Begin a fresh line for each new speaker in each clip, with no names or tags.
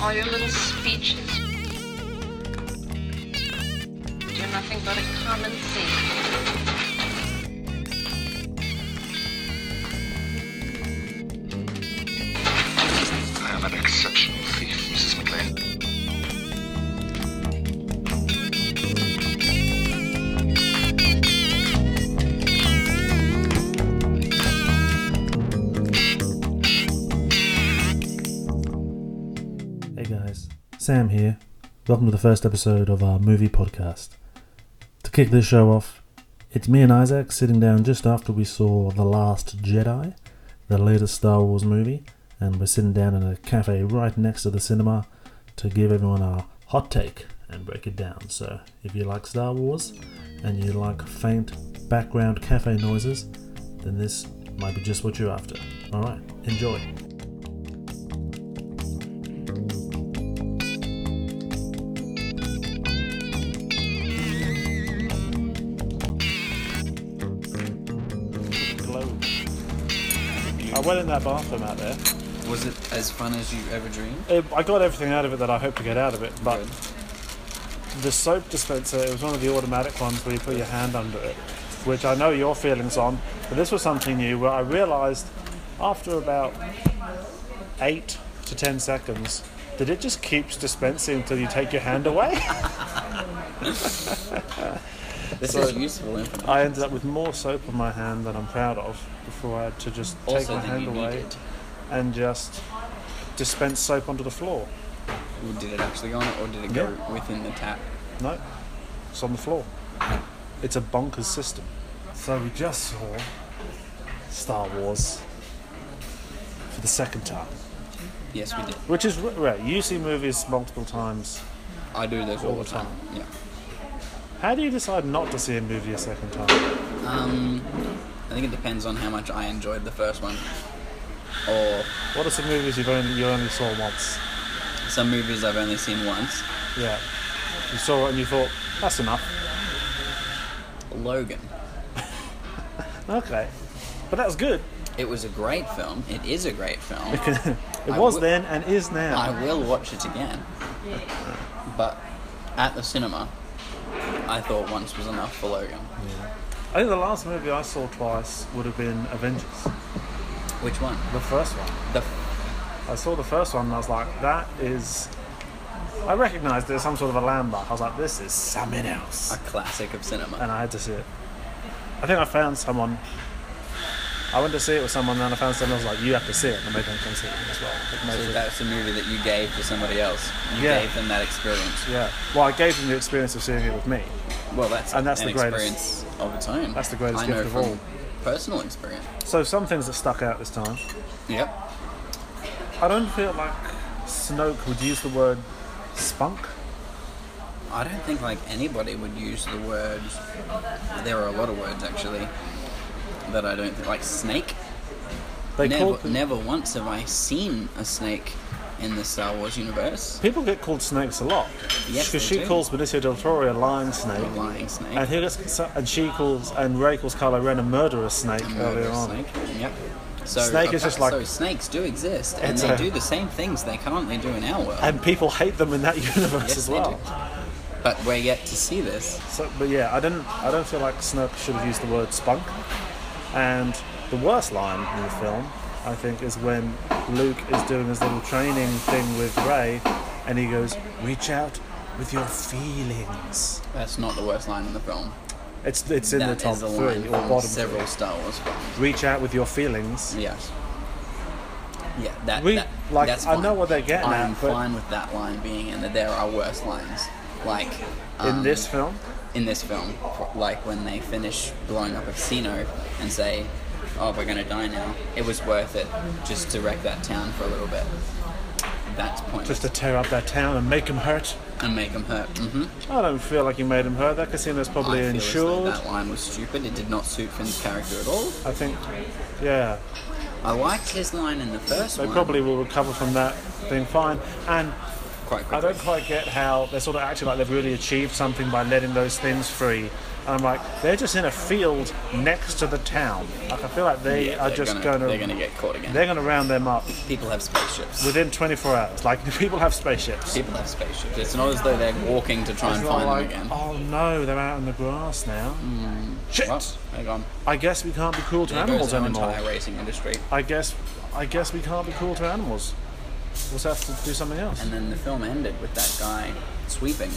All your little speeches do nothing but a common theme.
I am an exceptional thief, Mrs. McLean.
Hey guys, Sam here. Welcome to the first episode of our movie podcast. To kick this show off, it's me and Isaac sitting down just after we saw The Last Jedi, the latest Star Wars movie, and we're sitting down in a cafe right next to the cinema to give everyone our hot take and break it down. So, if you like Star Wars and you like faint background cafe noises, then this might be just what you're after. Alright, enjoy.
I went in that bathroom out there.
Was it as fun as you ever dreamed?
It, I got everything out of it that I hope to get out of it, but
Good.
the soap dispenser, it was one of the automatic ones where you put your hand under it, which I know your feelings on, but this was something new where I realised after about eight to ten seconds that it just keeps dispensing until you take your hand away.
This is useful information.
I ended up with more soap on my hand than I'm proud of before I had to just take
also,
my
that
hand
you
away
needed.
and just dispense soap onto the floor.
Well, did it actually go on it, or did it go within the tap?
No, it's on the floor. It's a bonkers system. So we just saw Star Wars for the second time,
Yes, we did.
which is r- rare. You see movies multiple times.
I do those all,
All
the
the
time.
How do you decide not to see a movie a second time?
Yeah. Um, I think it depends on how much I enjoyed the first one, or
What are some movies you've only you only saw once?
some movies I've only seen once.
Yeah, you saw it and you thought that's enough.
Logan.
Okay, but that was good.
It was a great film. It is a great film.
It
I
was
wi-
then and is now.
I will watch it again. But at the cinema, I thought once was enough for Logan.
I think the last movie I saw twice would have been Avengers,
Which one?
the first one.
The
I saw the first one and I was like, that is. I recognised there's some sort of a landmark. I was like, this is something
a
else.
classic of cinema.
And I had to see it. I think I found someone. I went to see it with someone and I found someone who was like, you have to see it. And I made them come see it as well. It made
So
it-
that's a movie that you gave to somebody else. You
Yeah.
gave them that experience.
yeah. Well, I gave them the experience of seeing it with me.
Well, that's
And that's
an
the greatest-
experience of its own.
That's the greatest
I know
gift of
from
all.
Personal experience.
So some things that stuck out this time.
Yep.
I don't feel like Snoke would use the word spunk.
I don't think like anybody would use the word. There are a lot of words actually that I don't think like snake.
They called
Never, never once have I seen a snake in the Star Wars universe.
people get called snakes a lot.
Yes,
Because
they
she
do.
calls Benicio del Toro a lion snake.
A lying snake.
And he gets, and she calls and Ray calls Kylo Ren a murderous snake
A
earlier
murderous
uh, on.
snake. Yep. So, uh,
Snake is just like-
so snakes do exist, and
It's
they
a-
do the same things they currently do in our world.
And people hate them in that universe
Yes,
as
they
well.
do. But we're yet to see this.
So, but yeah, I don't I don't feel like Snoke should have used the word spunk. And the worst line in the film, I think, is when Luke is doing his little training thing with Ray, and he goes, "Reach out with your feelings."
That's not the worst line in the film.
It's it's in
That
the top
is a
three
line
or
from
bottom
several
three.
Star Wars films.
Reach out with your feelings.
Yes. Yeah, that,
We-
that-
like,
that's
I
fine.
know what they're getting
I'm
at, but-
fine with that line being in that there are worse lines. Like
In
um,
this film,
in this film, like when they finish blowing up a casino and say, "Oh, we're gonna die now." It was worth it just to wreck that town for a little bit. That's pointless.
just to tear up that town and make him hurt.
and make them hurt. hmm
I don't feel like you made him hurt. That casino's probably
I feel as though
insured.
that line was stupid. It did not suit Finn's character at all.
I think, yeah,
I liked his line in the first
they
one.
probably will recover from that being fine. And
quite
I
quickly.
don't quite get how they're sort of acting like they've really achieved something by letting those things free And I'm like, they're just in a field next to the town. Like, I feel like they
Yeah,
are
they're
just
gonna,
going to
They're going to get caught again.
they're going to round them up
People have spaceships.
within 24 hours. Like, people have spaceships.
People have spaceships. It's not as though they're walking to try and
It's not
find
like,
them again. Mm.
oh no, they're out in the grass now. Shit!
Well, they're gone.
I guess we can't be cruel to
There
animals
goes our
anymore.
entire racing industry.
I guess, I guess we can't be cruel to animals. We'll have to do something else.
And then the film ended with that guy sweeping.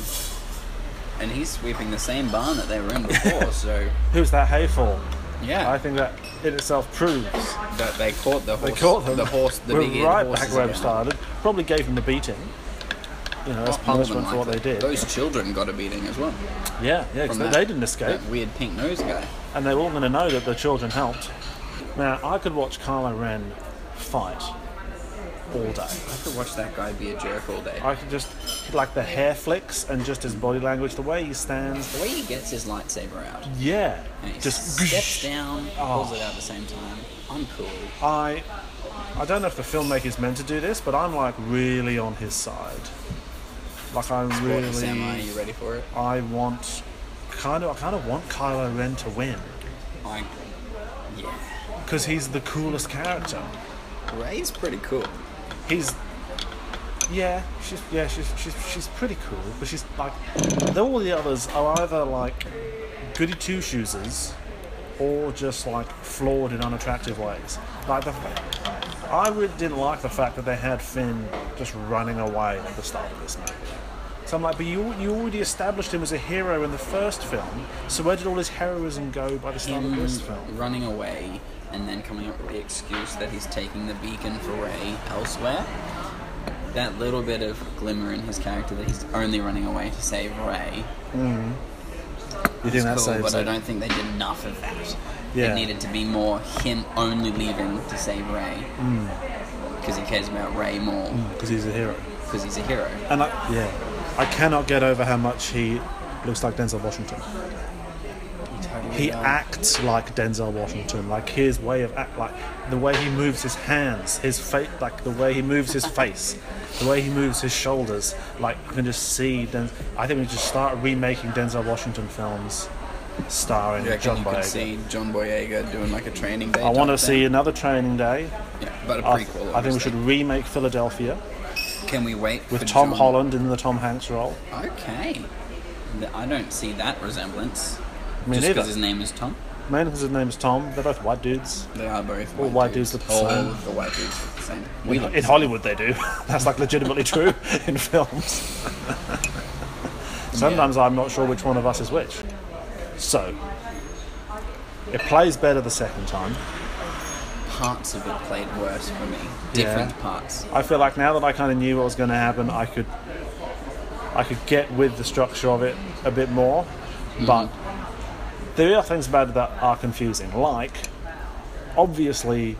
And he's sweeping the same barn that they were in before, so
Who's that hay for?
yeah,
I think that in itself proves
that they caught the
they
horse.
caught them.
The horse, the
We're
big eared
right
horses
back where we
again.
started. Probably gave them the beating. You know, as
More than
punishment for what they
likely.
did.
Those children got a beating as well.
yeah, yeah, 'cause
from
they,
that-
they didn't escape,
That weird pink nose guy.
and they're all going to know that the children helped. Now, I could watch Kylo Ren fight all day.
I could watch that guy be a jerk all day.
I could just like the hair flicks and just his body language, the way he stands.
The way he gets his lightsaber out,
Yeah,
and he
just Oh.
steps down, pulls it out at the same time. I'm cool.
I, I don't know if the filmmaker's meant to do this, but I'm like really on his side. Like I
What, Samurai,
really,
you ready for it?
I want, kind of, I kind of want Kylo Ren to win
I, yeah.
because he's the coolest character.
Ray's pretty cool.
He's, yeah, she's yeah, she's she's she's pretty cool, but she's like, all the others are either like goody two shoeses or just like flawed in unattractive ways. Like the, I really didn't like the fact that they had Finn just running away at the start of this movie. So I'm like, but you you already established him as a hero in the first film. So where did all his heroism go by the start of
Mm.
this film?
Running away and then coming up with the excuse that he's taking the beacon for Ray elsewhere. That little bit of glimmer in his character that he's only running away to save Ray.
You think
cool, but I don't think they did enough of that.
Yeah.
It needed to be more him only leaving to save Ray.
Mm.
Because he cares about Ray more,
because he's a hero.
because he's a hero.
And I, yeah, I cannot get over how much he looks like Denzel Washington. He acts like Denzel Washington, like his way of act, like the way he moves his hands, his face, like the way he moves his face, the way he moves his shoulders. Like you can just see. Den- I think we just start remaking Denzel Washington films, starring
You reckon
John
you could
Boyega.
see John Boyega doing like a training day?
I want to
type
see
thing?
another Training Day.
Yeah, but a
I, I
prequel.
think we
obviously.
should remake Philadelphia
Can we wait
with
for
Tom
John-
Holland in the Tom Hanks role.
Okay. Th- I don't see that resemblance.
Me
Just
neither.
because his name is Tom.
Man, his name is Tom. They're both white dudes.
They are both
All
white,
white dudes look the
All
same.
the white dudes look the same. We look
In Hollywood, they do. That's like legitimately true in films. Sometimes I'm not sure which one of us is which. So, it plays better the second time.
parts of it played worse for me. Different
Yeah.
parts.
I feel like now that I kind of knew what was going to happen, I could, I could get with the structure of it a bit more.
Mm-hmm.
But there are things about it that are confusing, like obviously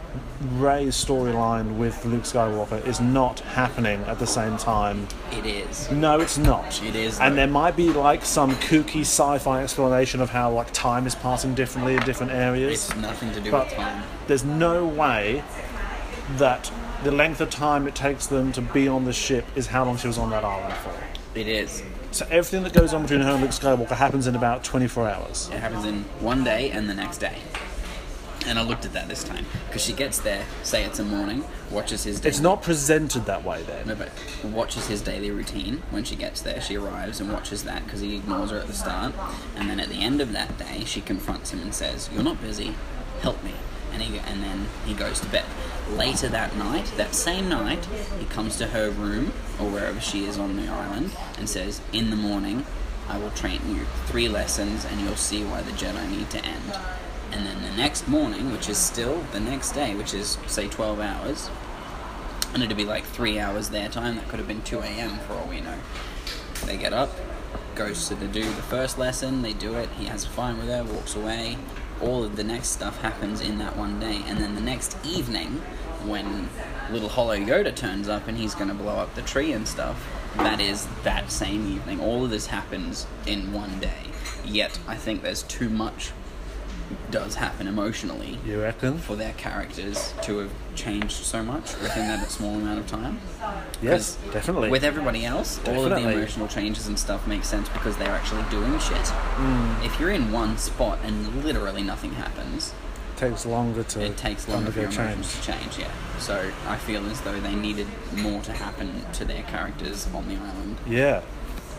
Ray's storyline with Luke Skywalker is not happening at the same time
It is.
No, it's not.
It is,
And
though.
there might be like some kooky sci-fi explanation of how like time is passing differently in different areas.
It's nothing to do
But
with time.
there's no way that the length of time it takes them to be on the ship is how long she was on that island for.
It is.
So everything that goes on between her and Luke Skywalker happens in about 24 hours.
It happens in one day and the next day. And I looked at that this time because she gets there. Say it's a morning. Watches his.
It's
daily-
not presented that way then.
No, but watches his daily routine when she gets there. She arrives and watches that because he ignores her at the start. And then at the end of that day, she confronts him and says, "You're not busy. Help me." And he and then he goes to bed. Later that night, that same night, he comes to her room or wherever she is on the island and says, "In the morning, I will train you three lessons, and you'll see why the Jedi need to end." And then the next morning, which is still the next day, which is say 12 hours, and it'd be like three hours their time. That could have been 2 a.m. for all we know. They get up, goes to the, do the first lesson, they do it, he has a fine with her, walks away. All of the next stuff happens in that one day. And then the next evening, when little Hollow Yoda turns up and he's going to blow up the tree and stuff, that is that same evening. All of this happens in one day. Yet, I think there's too much does happen emotionally
You reckon?
for their characters to have changed so much within that small amount of time.
Yes, definitely.
With everybody else, all of the
Definitely.
emotional changes and stuff make sense because they're actually doing shit.
Mm.
If you're in one spot and literally nothing happens,
takes longer to
it takes longer for your
undergo
emotions to change, yeah. So I feel as though they needed more to happen to their characters on the island.
Yeah,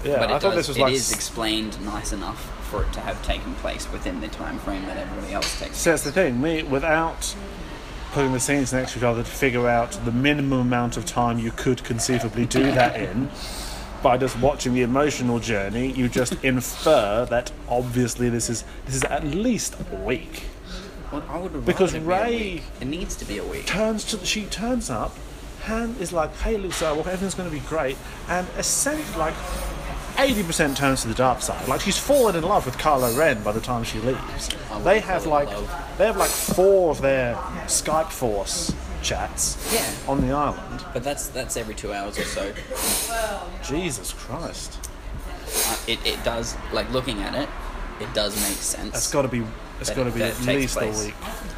yeah.
but it
I
does,
thought this was
it
like
is explained nice enough for it to have taken place within the time frame that everybody else takes.
So that's the thing. Me, without putting the scenes next to each other to figure out the minimum amount of time you could conceivably do that in, by just watching the emotional journey, you just infer that obviously this is this is at least a week.
Well, I would
Because
rather be a
Ray-
week. it needs to be a week.
Turns to she turns up, Han is like, "Hey, Luke Skywalker, everything's going to be great," and essentially like. 80% turns to the dark side. Like she's fallen in love with Kylo Ren by the time she leaves.
would
They have
fall in
like
love.
they have like four of their Skype Force chats
Yeah.
on the island.
But that's that's every two hours or so.
Jesus Christ,
Uh, it, it does like looking at it, it does make sense.
that's got to be that's
that
got to
it-
be
that
at
it
least
takes place.
a week.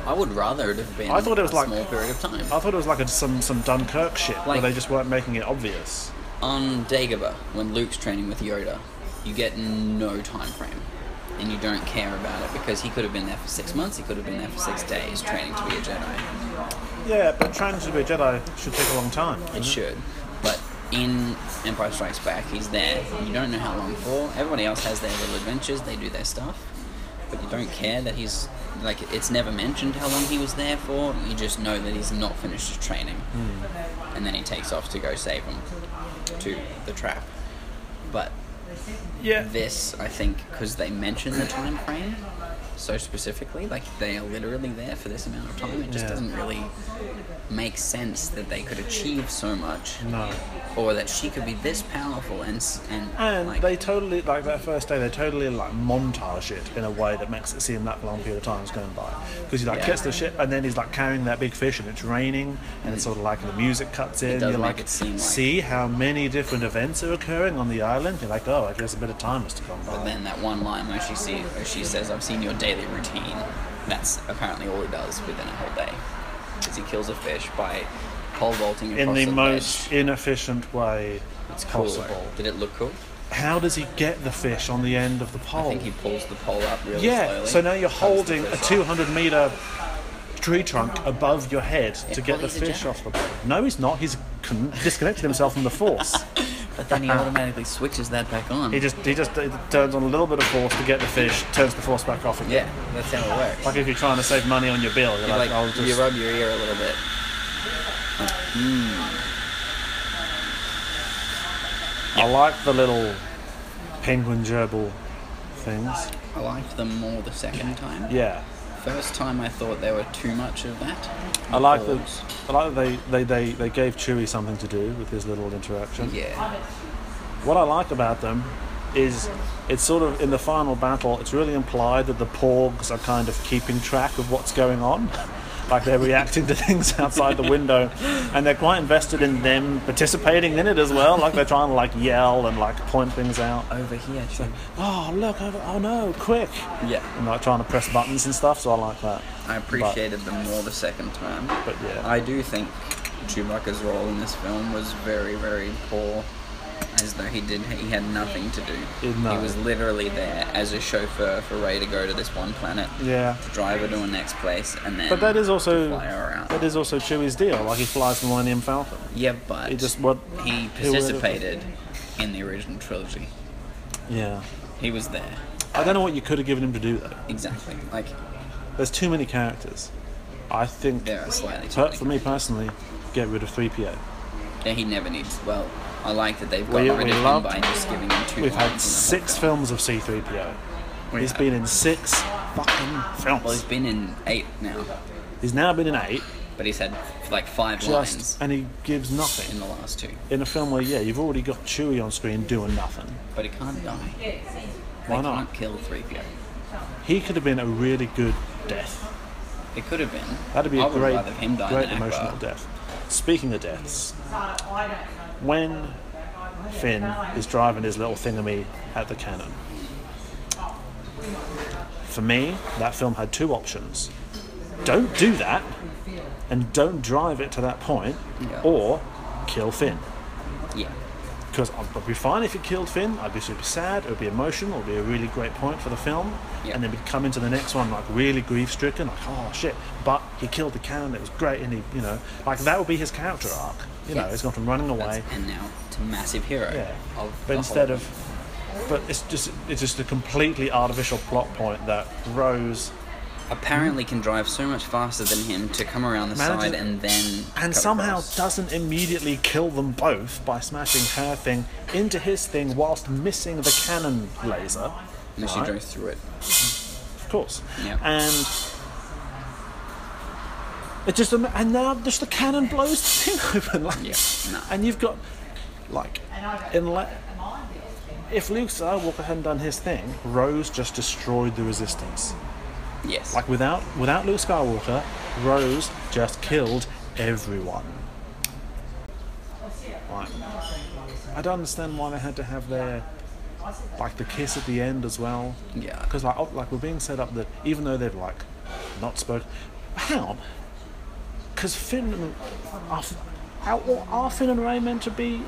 I would rather it have been.
I thought it was
a
like-
small period of time
I thought it was like a, some some Dunkirk shit where
Like-
they just weren't making it obvious.
on Dagobah when Luke's training with Yoda. You get no time frame, and you don't care about it because he could have been there for six months. He could have been there for six days training to be a Jedi.
Yeah, but trying to be a Jedi should take a long time.
It should. But in Empire Strikes Back, he's there. You don't know how long for. Everybody else has their little adventures. They do their stuff. But you don't care that he's. Like, it's never mentioned how long he was there for. You just know that he's not finished his training.
Hmm.
And then he takes off to go save him to the trap. But
Yeah,
this, I think, because they mention the time frame so specifically, like they are literally there for this amount of time, it just
Yeah.
doesn't really make sense that they could achieve so much
no.
or that she could be this powerful and s- and,
And
like,
they totally like that first day. They totally like montage it in a way that makes it seem that long period of time is going by. Because he like
Yeah.
gets the ship, and then he's like carrying that big fish, and it's raining, and it's sort of like the music cuts in.
does
You're
make
like,
it seem like-
see how many different events are occurring on the island. You're like, oh, I guess a bit of time must have gone by.
but then that one line where she see where she says, "I've seen your daily routine." That's apparently all he does within a whole day, is he kills a fish by pole vaulting
in
across
the
the
most
ledge.
inefficient way
It's cool.
possible.
Did it look cool?
How does he get the fish on the end of the pole?
I think he pulls the pole up really
yeah,
slowly.
so now you're
tugs the
holding a
fish up.
200 meter tree trunk above your head to
Yeah,
get
well,
the
he's a
fish
Jedi.
off the pole. No, he's not. He's con- disconnected himself from the force.
But then he automatically switches that back on.
he just he just uh, turns on a little bit of force to get the fish, turns the force back off again.
yeah, that's how it works.
Like if you're trying to save money on your bill, you're
You,
like,
like,
I'll just
you rub your ear a little bit.
I like the little penguin gerbil things.
I liked them more the second time.
Yeah.
First time I thought there were too much of that.
I like the
Balls.
I like that they, they, they, they gave Chewie something to do with his little interaction.
Yeah.
What I like about them is it's sort of in the final battle, it's really implied that the porgs are kind of keeping track of what's going on. Like they're reacting to things outside the window and they're quite invested in them participating in it as well. Like they're trying to like yell and like point things out.
Over here, too.
Oh look, oh, oh no, quick.
Yeah.
And like trying to press buttons and stuff, so I like that.
I appreciated them more the second time.
But yeah.
I do think Chewbacca's role in this film was very, very poor. As though he did, he had nothing to do.
Eh, no.
He was literally there as a chauffeur for Ray to go to this one planet,
Yeah.
to drive her to the next place, and then.
But that is also
fly her out.
that is also Chewie's deal. Like he flies the Millennium Falcon.
Yeah, but
He just what?
he
would've-
participated in the original trilogy.
Yeah.
He was there.
I don't know what you could have given him to do though.
Exactly. Like
There's too many characters. I think
there are slightly. too
per-
many
for me personally, get rid of three PO.
Yeah, he never needs. Well, I like that they've
We-
gotten rid
we
of him
loved-
by just giving him two.
We've
lines in
had
the
six
whole film.
films of C3PO.
We
He's
have.
been in six fucking
Well, he's
films.
been in eight now,
He's now been in eight,
but he's had like five
just
lines
and he gives
in
nothing.
the last two.
In a film where yeah, you've already got Chewie on screen doing nothing.
But he can't die. They
Why
can't
not?
kill three PO.
He could have been a really good death.
It could have been.
That'd be
I
a
would
great,
rather him die
great
than Akbar.
emotional death. Speaking of deaths, when Finn is driving his little thingamy at the cannon, For me, that film had two options don't do that, and don't drive it to that point,
Yeah.
or kill Finn.
Yeah.
Because I'd be fine if you killed Finn, I'd be super sad, it would be emotional, it would be a really great point for the film.
Yeah.
And then we'd come into the next one like really grief stricken, like, oh shit, but he killed the cannon, it was great, and he, you know, like that would be his character arc. You know,
Yes.
he's gone from running
That's-
away
and now to massive hero.
yeah.
Of the
but instead
whole-
of, but it's just it's just a completely artificial plot point that Rose
apparently can drive so much faster than him to come around the
Manages-
side and then
and
cut
somehow
across.
doesn't immediately kill them both by smashing her thing into his thing whilst missing the cannon laser.
unless you
right?
drove through it.
Of course.
Yeah.
And it just ama- and now just the cannon blows the thing open. Like,
Yeah, no.
And you've got like in le- if Luke Skywalker hadn't done his thing, Rose just destroyed the resistance.
Yes.
Like without without Luke Skywalker, Rose just killed everyone. Like, I don't understand why they had to have their like the kiss at the end as well.
Yeah.
Because like oh, like we're being set up that even though they've like not spoken, how? Because Finn, and- are, are, are Finn and Ray meant to be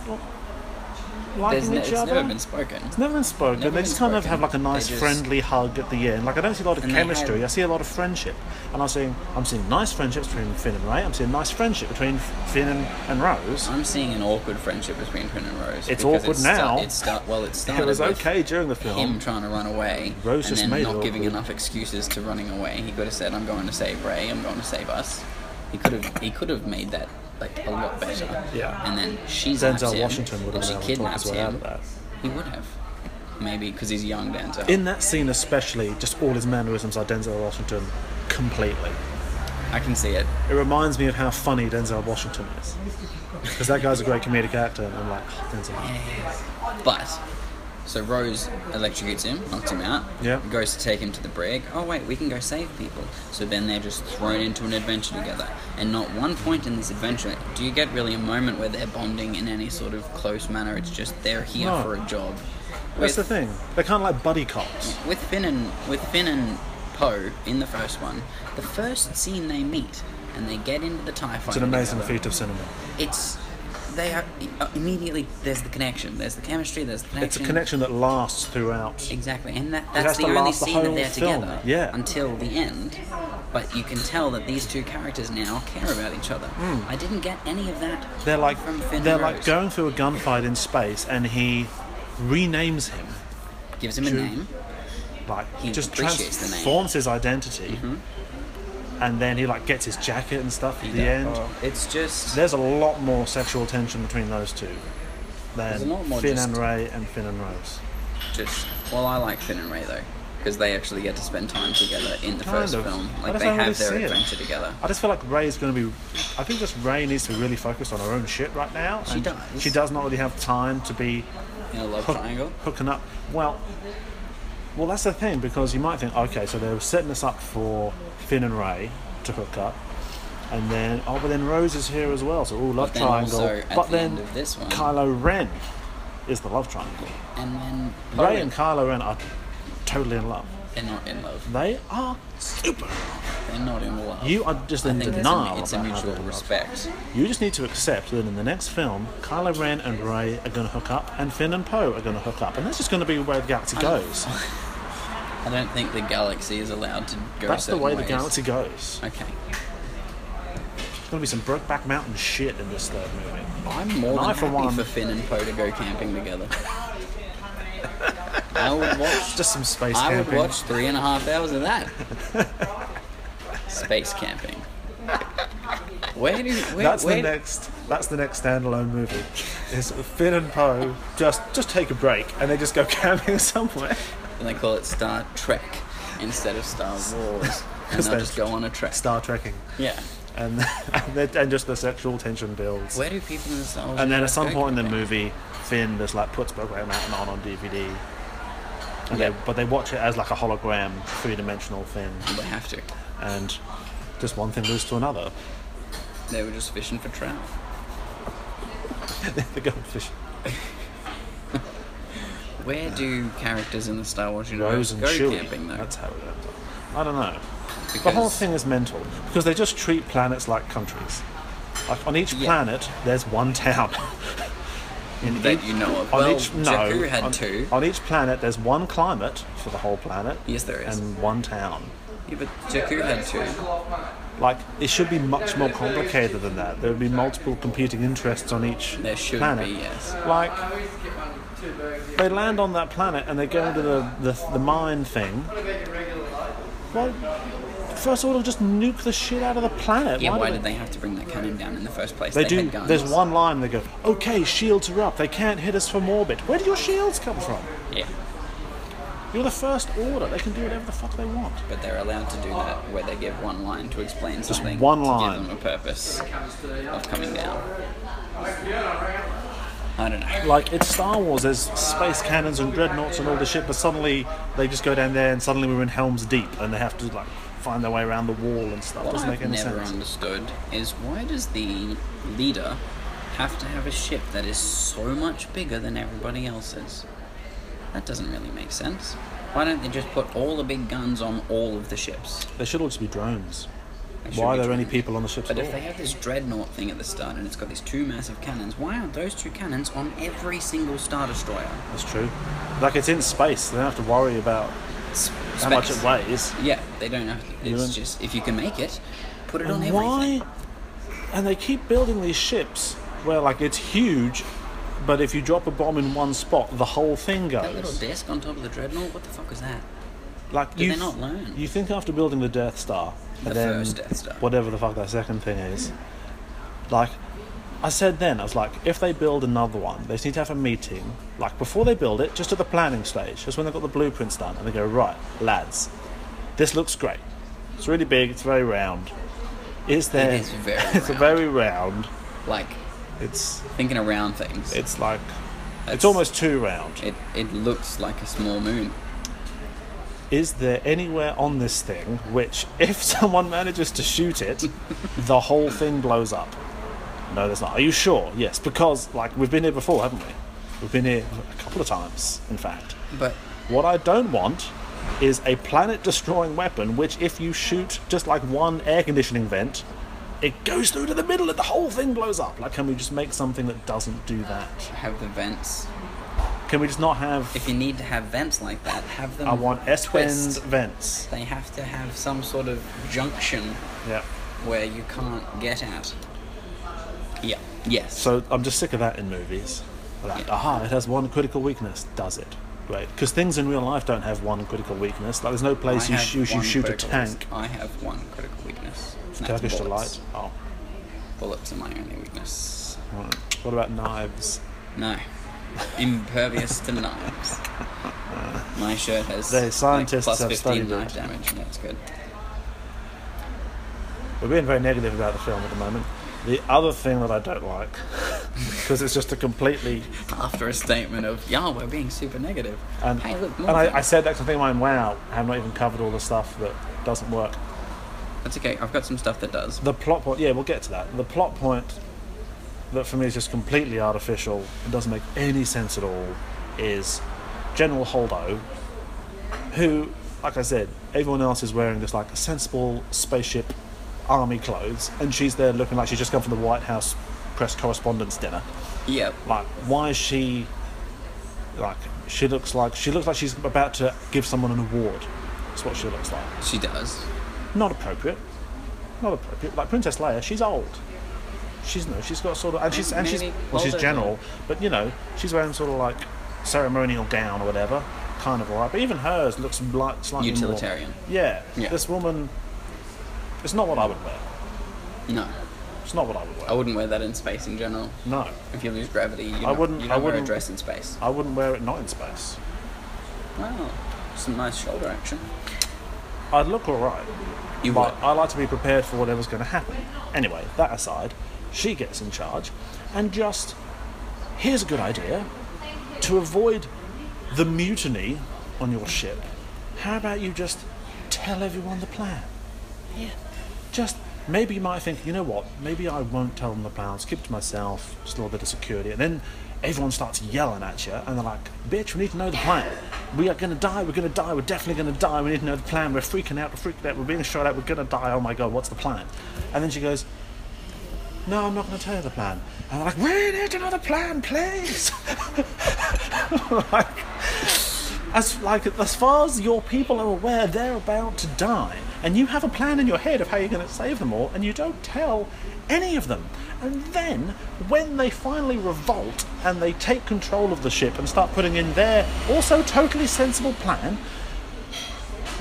like,
There's
liking
ne-
each
it's
other?
never been spoken.
It's never been spoken.
Never
they
been
just kind of
spoken.
have like a
They
nice
just-
friendly hug at the end. Like I don't see a lot of
And they
chemistry.
had-
I see a lot of friendship, and I'm seeing I'm seeing nice friendships between Finn and Ray. I'm seeing nice friendship between Finn and, and Rose.
I'm seeing an awkward friendship between Finn and Rose.
It's
because
awkward
it
now.
Start, it start, well, it started
It was
with
okay during the
him
film.
trying to run away
Rose
and
just
then
made it
not giving
awkward.
enough excuses to running away. He could have said, "I'm going to save Ray. I'm going to save us." He could have. He could have made that like a lot better.
Yeah.
And then she zaps
Denzel
him,
Washington would have
and
been
she
able to talk his
kidnaps
way out of
him.
that.
He would have. Maybe because he's young, Denzel.
In that scene especially, just all his mannerisms are Denzel Washington completely.
I can see it.
It reminds me of how funny Denzel Washington is. Because that guy's a great comedic actor, and I'm like, "Oh, Denzel.
But so Rose electrocutes him, knocks him out.
Yeah.
Goes to take him to the brig. Oh wait, we can go save people. So then they're just thrown into an adventure together, and not one point in this adventure do you get really a moment where they're bonding in any sort of close manner. It's just they're here
No.
for a job.
That's
With,
the thing. They're kind of like buddy cops.
with Finn and with Finn and Poe in the first one, the first scene they meet and they get into the tie fighter.
It's an amazing
together
feat of cinema.
it's they are uh, immediately there's the connection there's the chemistry there's the connection
It's a connection that lasts throughout.
exactly and that,
has
that's the
to
only
last the
scene that
whole
they're
film,
together
yeah.
until the end but you can tell that these two characters now care about each other i didn't get any of that
Hmm. They're like
from Finn
they're
and
like
Rose.
going through a gunfight in space, and he renames him.
gives him a
True.
name
Like
He
just
appreciates the name. Mm-hmm.
transforms his identity, and then he like gets his jacket and stuff at the end.
Oh. it's just
There's a lot more sexual tension between those two
There's a
than
lot more
Finn
just-
and Ray and Finn and Rose.
just well i like finn and ray though because they actually get to spend time together in the
Kind
first
of.
film
I
like
just
they
don't really
have their
see it.
adventure together
I just feel like Ray is going to be. I think just Ray needs to be really focused on her own shit right now.
She
and
does.
She does not really have time to be
in a love
hook-
triangle
hooking up. Well, well, that's the thing because you might think, okay, so they were setting this up for Finn and Ray to hook up, and then oh, but then Rose is here as well, so all love
then
triangle.
also at
but
the
then
end of this one-
Kylo Ren is the love triangle.
and then Poe
Ray and Kylo Ren are totally in love.
they're not in love
They are super.
They're not in love.
You are just in
I think
denial
It's a,
about how
it's a
they're
mutual
in love.
respect.
You just need to accept that in the next film, Kylo Ren and Ray are going to hook up, and Finn and Poe are going to hook up, and that's just going to be where the galaxy goes.
I don't think the galaxy is allowed to go.
That's the
certain
way the
ways.
galaxy goes.
Okay,
There's going to be some Brokeback Mountain shit in this third movie.
I'm more than
I, for
happy
one-
for Finn and Poe to go camping together. I would watch.
Just some space
I
camping.
would watch three and a half hours of that. Space camping. Where do? Where,
That's
where
the next. That's the next standalone movie. Is Finn and Poe just just take a break and they just go camping somewhere?
And they call it Star Trek instead of Star Wars, and they'll
they-
just go on a trek.
Star trekking,
yeah.
and and, they- and just the sexual tension builds.
Where do people in the Star Wars?
And then at
universe
some
go
point in the
camping?
movie, Finn just like puts Brokeback Mountain on on DVD. And
Yeah.
they, but they watch it as like a hologram, three dimensional thing,
they have to.
and just one thing leads to another.
They were just fishing for trout.
the goldfish.
Where do characters in the Star Wars
Rose
universe
and
go
Chewie.
camping though?
That's how it ends up. I don't know. The
Because-
whole thing is mental because they just treat planets like countries. Like on each
Yeah.
planet, there's one town. In
That
each-
you know of.
On
Well,
each, no,
Jakku had
on,
two.
On each planet, there's one climate for the whole planet.
Yes, there is.
And one town.
Yeah, but Jakku had two.
Like it should be much more complicated than that. There would be multiple competing interests on each
There should
planet.
be, yes.
Like they land on that planet and they go into the the, the mine thing. Well, First Order just nuke the shit out of the planet.
Yeah, why,
do
did they have to bring that cannon down in the first place?
They do.
Had guns.
There's one line they go, "Okay, shields are up. They can't hit us from orbit. Where do your shields come from?
Yeah,
You're the First Order. They can do whatever the fuck they want."
but they're allowed to do that where they give one line to explain something.
one
To
line.
give them a purpose of coming down. I don't know.
Like it's Star Wars. There's space cannons and dreadnoughts and all this shit, but suddenly they just go down there and suddenly we're in Helm's Deep and they have to like find their way around the wall and stuff.
What
Doesn't
I've
make any
never
sense.
understood is why does the leader have to have a ship that is so much bigger than everybody else's? That doesn't really make sense. Why don't they just put all the big guns on all of the ships?
They should all just be drones.
They should
Why are
be
there any
drones.
people on the ships
But
at
if
all?
they have this dreadnought thing at the start and it's got these two massive cannons, why aren't those two cannons on every single star destroyer?
That's true. Like it's in space. They don't have to worry about
It's
how much it weighs.
Yeah, they don't have. To,
You
it's
don't-
just if you can make it, put it on
And
everything.
why? And they keep building these ships where like it's huge, but if you drop a bomb in one spot, the whole thing goes.
That little desk on top of the dreadnought. What the fuck was that?
Like
Do
you
they not learn?
You think after building the Death Star, and
The
then
first Death Star.
whatever the fuck that second thing is, like I said then, I was like, if they build another one, they just need to have a meeting, like before they build it, just at the planning stage, just when they've got the blueprints done, and they go, right, lads, this looks great. It's really big. It's very round. Is there?
is very
it's a
round.
very round.
Like
It's
thinking around things.
it's like
That's-
it's almost too round.
It it looks like a small moon.
is there anywhere on this thing which, if someone manages to shoot it, the whole thing blows up? No, there's not. Are you sure? Yes, because like we've been here before, haven't we? We've been here a couple of times, in fact.
But
What I don't want is a planet-destroying weapon which, if you shoot just like one air conditioning vent, it goes through to the middle and the whole thing blows up. Like, can we just make something that doesn't do that?
have the vents.
Can we just not have?
If you need to have vents like that, have them.
I want S-bend
twist.
vents.
They have to have some sort of junction
Yeah.
where you can't get out. Yeah. Yes.
So I'm just sick of that in movies. Like,
Yeah.
aha, it has one critical weakness. Does it? Right. Because things in real life don't have one critical weakness. Like, there's no place
I
you,
have
sh- you
one
shoot a
critical
tank.
weakness. I have one critical weakness. and that's
Turkish
bullets.
delight. Oh,
Bullets are my only weakness.
right. What about knives?
No. Impervious to knives. My shirt has
They scientists
like, plus
have
15
studied
knife
it.
damage. That's good.
We're being very negative about the film at the moment. The other thing that I don't like, because it's just a completely
After a statement of, yeah, we're being super negative.
and,
hey, look,
and
more
I,
things.
I said that 'cause I think mine. Wow, I've not even covered all the stuff that doesn't work.
That's okay. I've got some stuff that does.
The plot point, yeah, we'll get to that. The plot point that for me is just completely artificial and doesn't make any sense at all is General Holdo, who, like I said, everyone else is wearing this like sensible spaceship army clothes, and she's there looking like she's just come from the White House press correspondence dinner.
Yeah.
Like, why is she like? She looks like she looks like she's about to give someone an award. That's what she looks like
She does.
not appropriate. Not appropriate. Like Princess Leia, she's old. She's no, she's got sort of, and she's and she's
Maybe
well, she's
older.
general, but you know, she's wearing sort of like ceremonial gown or whatever, kind of alright. But even hers looks like slightly more-
Utilitarian.
yeah,
Yeah.
this woman, it's not what I would wear.
No.
It's not what I would wear.
I wouldn't wear that in space in general.
no,
If you lose gravity, you
I
don't-
wouldn't-
You
I
don't wear a
wouldn't-
dress in space.
I wouldn't wear it not in space.
Wow. Some nice shoulder action.
I'd look alright.
You
but
would.
I like to be prepared for whatever's going to happen. Anyway, that aside, she gets in charge and just here's a good idea to avoid the mutiny on your ship. How about you just tell everyone the plan? Yeah. Just maybe you might think, you know what, maybe I won't tell them the plan, I'll keep it to myself, just a little bit of security, and then everyone starts yelling at you, and they're like, "Bitch, we need to know the plan. We are gonna die. We're gonna die. We're definitely gonna die. We need to know the plan. We're freaking out. We're freaking out. We're being shot at. We're gonna die. Oh my god, what's the plan?" And then she goes, "No, I'm not gonna tell you the plan." And they're like, "We need to know the plan, please." like, as like as far as your people are aware, they're about to die, and you have a plan in your head of how you're going to save them all, and you don't tell any of them. And then, when they finally revolt and they take control of the ship and start putting in their also totally sensible plan,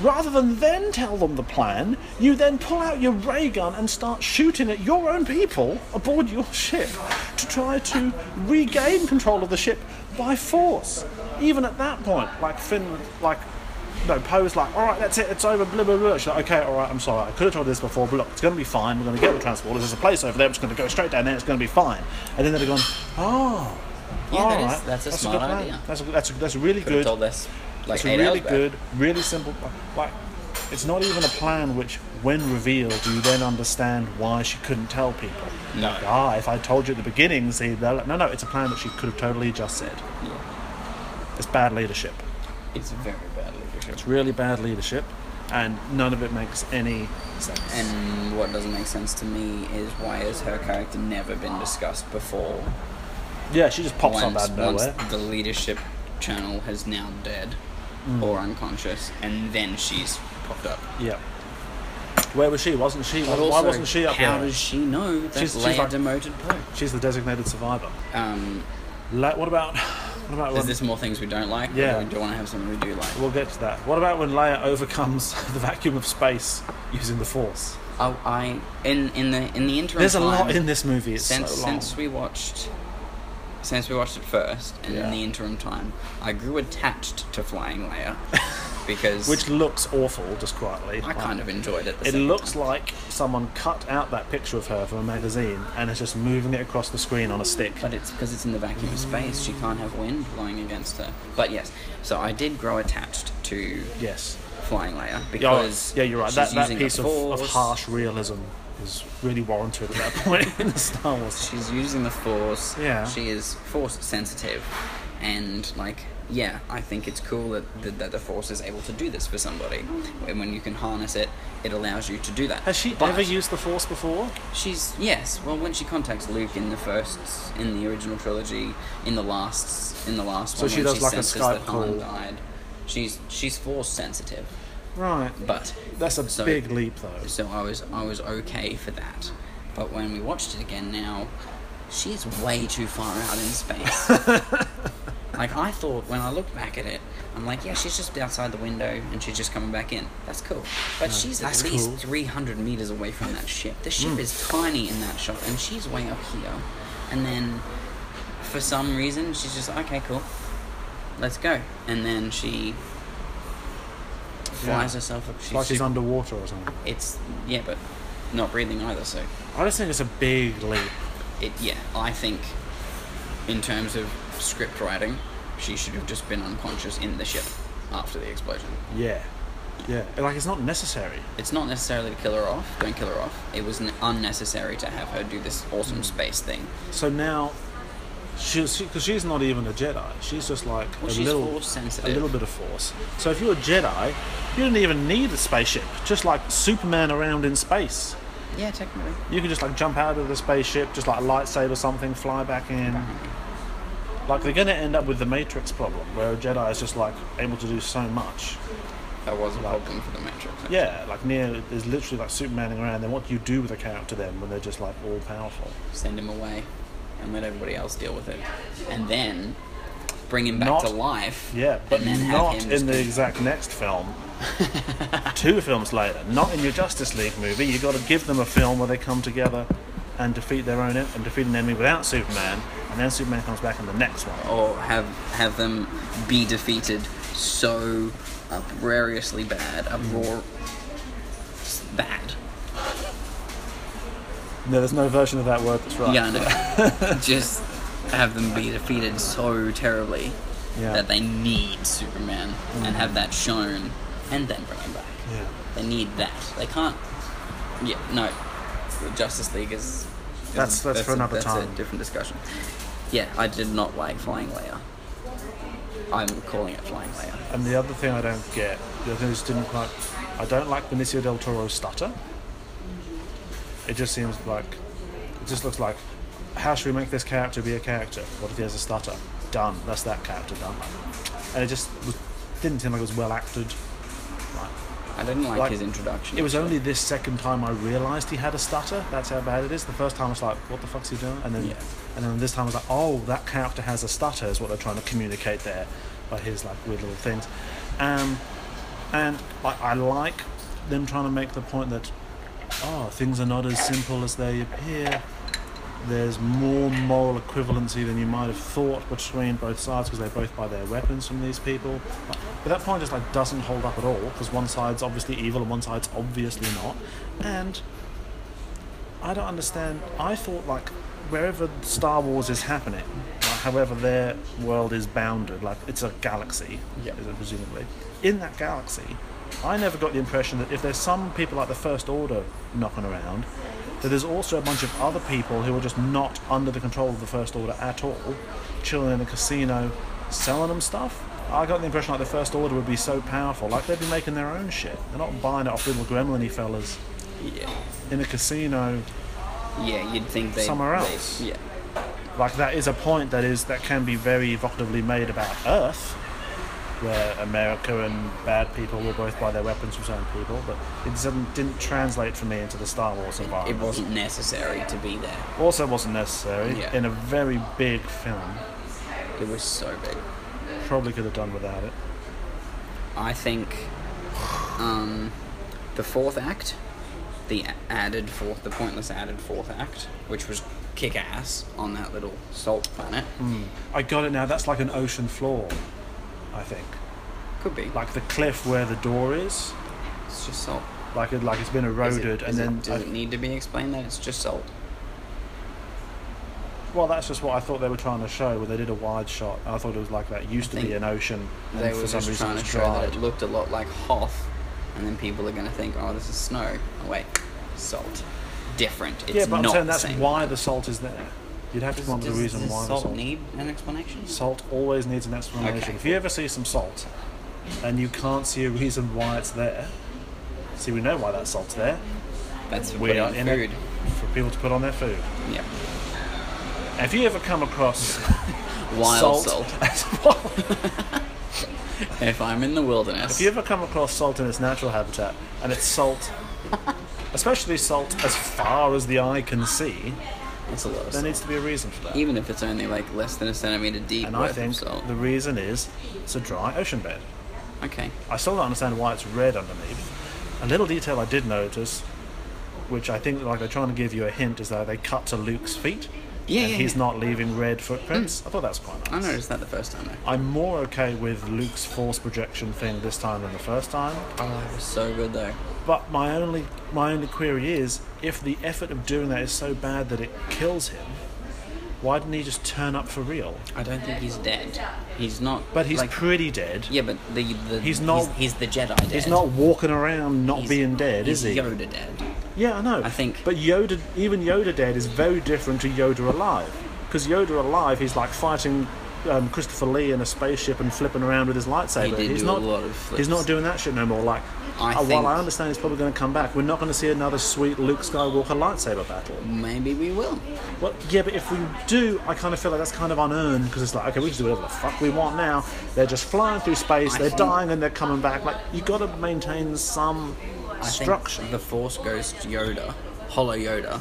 rather than then tell them the plan, you then pull out your ray gun and start shooting at your own people aboard your ship to try to regain control of the ship by force. Even at that point, like Finn, like no, Poe's like, all right, that's it, it's over, blah blah blah. She's like, okay, all right, I'm sorry, I could have told you this before, but look, it's going to be fine. We're going to get the transporters. There's a place over there. I'm just going to go straight down there. It's going to be fine. And then they'd have gone, oh.
Yeah,
all
that is-
right,
that's a
good
smart
plan.
idea.
That's a, that's a, that's a really
Could
good
have told this like
it's
eight
a really
hours back.
good, really simple. Like, it's not even a plan which, when revealed, you then understand why she couldn't tell people.
No.
Like, ah, if I told you at the beginning, see, they're like, no, no, it's a plan that she could have totally just said.
Yeah.
It's bad leadership.
It's very bad leadership.
It's really bad leadership, and none of it makes any sense.
And what doesn't make sense to me is why has her character never been discussed before?
yeah, she just pops up
Once,
out of nowhere.
once the leadership channel has now dead
Mm.
or unconscious, and then she's popped up.
yeah. Where was she? Wasn't she?
But
why
also,
wasn't she up
how
there?
does she know that
She's-
she's,
she's
Leia
like-
demoted Poe?
She's the designated survivor.
Um,
Like, what about? What about?
is
when-
this more things we don't like?
Yeah.
Or do we do want to have something we do like?
We'll get to that. What about when Leia overcomes the vacuum of space using the Force?
Oh, I in in the in the interim.
There's a
time,
lot in this movie. It's
since
so long.
since we watched since we watched it first, and
Yeah.
in the interim time, I grew attached to Flying Leia because
Which looks awful, just quietly.
I kind of enjoyed it. The
It
second
looks
time.
like someone cut out that picture of her from a magazine and is just moving it across the screen on a stick.
But it's because it's in the vacuum of space. She can't have wind blowing against her. But yes, so I did grow attached to
Yes.
Flying Leia
Yeah, all right.
because
yeah, you're right.
she's
That, that
using the
piece of, of
Force.
harsh realism is really warranted at that point in the Star Wars.
She's using the force.
Yeah.
She is force sensitive, and like, yeah, I think it's cool that the, that the force is able to do this for somebody. And when you can harness it, it allows you to do that.
Has she
But
ever used the Force before?
She's yes. Well, when she contacts Luke in the first, in the original trilogy, in the last, in the last
So
one,
she
when
does
she
like a
senses
Skype
that Han
call.
died, she's she's force sensitive,
Right.
but
That's a
so-
big leap, though.
so I was I was okay for that. But when we watched it again now, she's way too far out in space. like I thought when I looked back at it, I'm like, yeah, she's just outside the window and she's just coming back in. That's cool. But she's at
that's
least
cool. Hmm.
300 meters away from that ship. The ship is tiny in that shot, and she's way up here. And then for some reason, she's just okay, cool. Let's go. And then she flies
Yeah.
herself up. She's
Like she's
super-
underwater or something.
it's yeah, but not breathing either. So
I just think it's a big leap.
it yeah, I think in terms of script writing, she should have just been unconscious in the ship after the explosion.
Yeah. Yeah. Like, it's not necessary.
It's not necessarily to kill her off. Don't kill her off. It was n- unnecessary to have her do this awesome space thing.
So now, she's because she's not even a Jedi. She's just like
Well,
a
she's
little,
force sensitive.
a little bit of force. So if you're a Jedi, you don't even need a spaceship. Just like Superman around in space,
Yeah, technically.
you can just like jump out of the spaceship, just like a lightsaber something, fly back in. Like they're going to end up with the Matrix problem, where a Jedi is just like able to do so much.
That was a problem for the Matrix. actually.
Yeah, like near is literally like Supermaning around. Then what do you do with a character then when they're just like all powerful?
Send him away, and let everybody else deal with it, and then bring him back
Not-
to life.
Yeah, but
and then have
not
him
in
just
the
be-
exact next film. Two films later, not in your Justice League movie. You got to give them a film where they come together and defeat their own en- and defeat an enemy without Superman, and then Superman comes back in the next one.
or have have them be defeated so uproariously bad,
Mm.
uproar s- bad.
No, there's no version of that word that's right.
Yeah, I know. just have them be defeated so terribly
Yeah. Mm.
that they need Superman and have that shown, and then bring him back.
Yeah.
They need that. They can't. Yeah, no. The Justice League is. is-
That's- that's for
a-
another
that's
time.
A different discussion. Yeah, I did not like Flying Layer. I'm calling it Flying Layer.
And the other thing I don't get, the other thing I just didn't quite, I don't like Benicio del Toro's stutter. It just seems like, it just looks like, how should we make this character be a character? What if he has a stutter? Done. That's that character done. And it just was, didn't seem like it was well acted.
I didn't like,
Like,
his introduction.
It was
actually.
only this second time I realised he had a stutter. That's how bad it is. The first time I was like, "What the fuck's he doing?" And then,
Yeah.
and then this time I was like, "Oh, that character has a stutter." Is what they're trying to communicate there by his like weird little things. Um, and like I like them trying to make the point that oh, things are not as simple as they appear. There's more moral equivalency than you might have thought between both sides because they both buy their weapons from these people. But that point just like doesn't hold up at all because one side's obviously evil and one side's obviously not. And I don't understand. I thought like wherever Star Wars is happening, like, however their world is bounded, like it's a galaxy,
Yeah.
is it, presumably. In that galaxy, I never got the impression that if there's some people like the First Order knocking around, that there's also a bunch of other people who are just not under the control of the First Order at all, chilling in a casino, selling them stuff. I got the impression like the First Order would be so powerful, like they'd be making their own shit. They're not buying it off little gremlin fellas
Yeah.
in a casino
Yeah, you'd think they
Somewhere
they-
else.
yeah,
like that is a point that is that can be very evocatively made about Earth, where America and bad people will both buy their weapons from certain people, but it didn't, didn't translate for me into the Star Wars
it
environment.
wasn't necessary to be there.
also wasn't necessary
Yeah.
in a very big film.
It was so big.
Probably could have done without it.
I think um, the fourth act, the a- added fourth, the pointless added fourth act, which was kick ass on that little salt planet,
I got it now. That's like an ocean floor, I think.
could be. Like,
Like the cliff where the door is,
it's just salt.
like it like it's been
Is
eroded,
it-
and
is it-
then
does
I-
it need to be explained that it's just salt?
Well, that's just what I thought they were trying to show. Where they did a wide shot, I thought it was like that used to be
think
an ocean, and
they
for
were
some
just
reason
trying
it's
to show that
dried.
it looked a lot like Hoth, and then people are going to think, oh, this is snow. Oh wait, salt. Different. It's
yeah, but I'm
not
saying
the
that's
same.
why the salt is there. You'd have to
Does-
wonder the
does-
reason
does
why the
salt
salt.
need an explanation?
salt always needs an explanation.
Okay.
If you ever see some salt, and you can't see a reason why it's there, see we know why that salt's there.
That's for
We
putting
are
in
in
food.
it for people to put on their food.
Yeah.
And if you ever come across
Wild
salt,
salt.
well,
If I'm in the wilderness,
If you ever come across salt in its natural habitat, and it's salt, especially salt as far as the eye can see,
it's a lot of
there
salt.
needs to be a reason for that.
Even if it's only like less than a centimeter deep
And I
worth
think
of salt.
the reason is it's a dry ocean bed.
Okay.
I still don't understand why it's red underneath. A little detail I did notice, which I think like they're trying to give you a hint, is that they cut to Luke's feet.
Yeah,
and
yeah,
he's
yeah. Mm.
not leaving red footprints. I thought that was quite
I
nice.
noticed that the first time though.
I'm more okay with Luke's force projection thing this time than the first time.
Oh, it was so good though.
But my only my only query is if the effort of doing that is so bad that it kills him, why didn't he just turn up for real?
I don't think he's dead. He's not.
But he's
like,
pretty dead.
yeah, but the, the
He's not-
He's, the Jedi. Dead.
He's not walking around not
He's-
being dead,
he's
is he?
Yoda dead.
Yeah, I know.
I think-
But Yoda, even Yoda dead, is very different to Yoda alive. Because Yoda alive, he's like fighting um, Christopher Lee in a spaceship and flipping around with his lightsaber.
did
he's
do a
not.
lot of
he's
flips.
not doing that shit no more. Like,
I
uh, while
think-
I understand he's probably going to come back, we're not going to see another sweet Luke Skywalker lightsaber battle.
Maybe we will.
Well, yeah, but if we do, I kind of feel like that's kind of unearned because it's like, okay, we can do whatever the fuck we want now. They're just flying through space,
I
they're
think-
dying, and they're coming back. Like, you got to maintain some
I think
structure.
the Force Ghost Yoda, Hollow Yoda,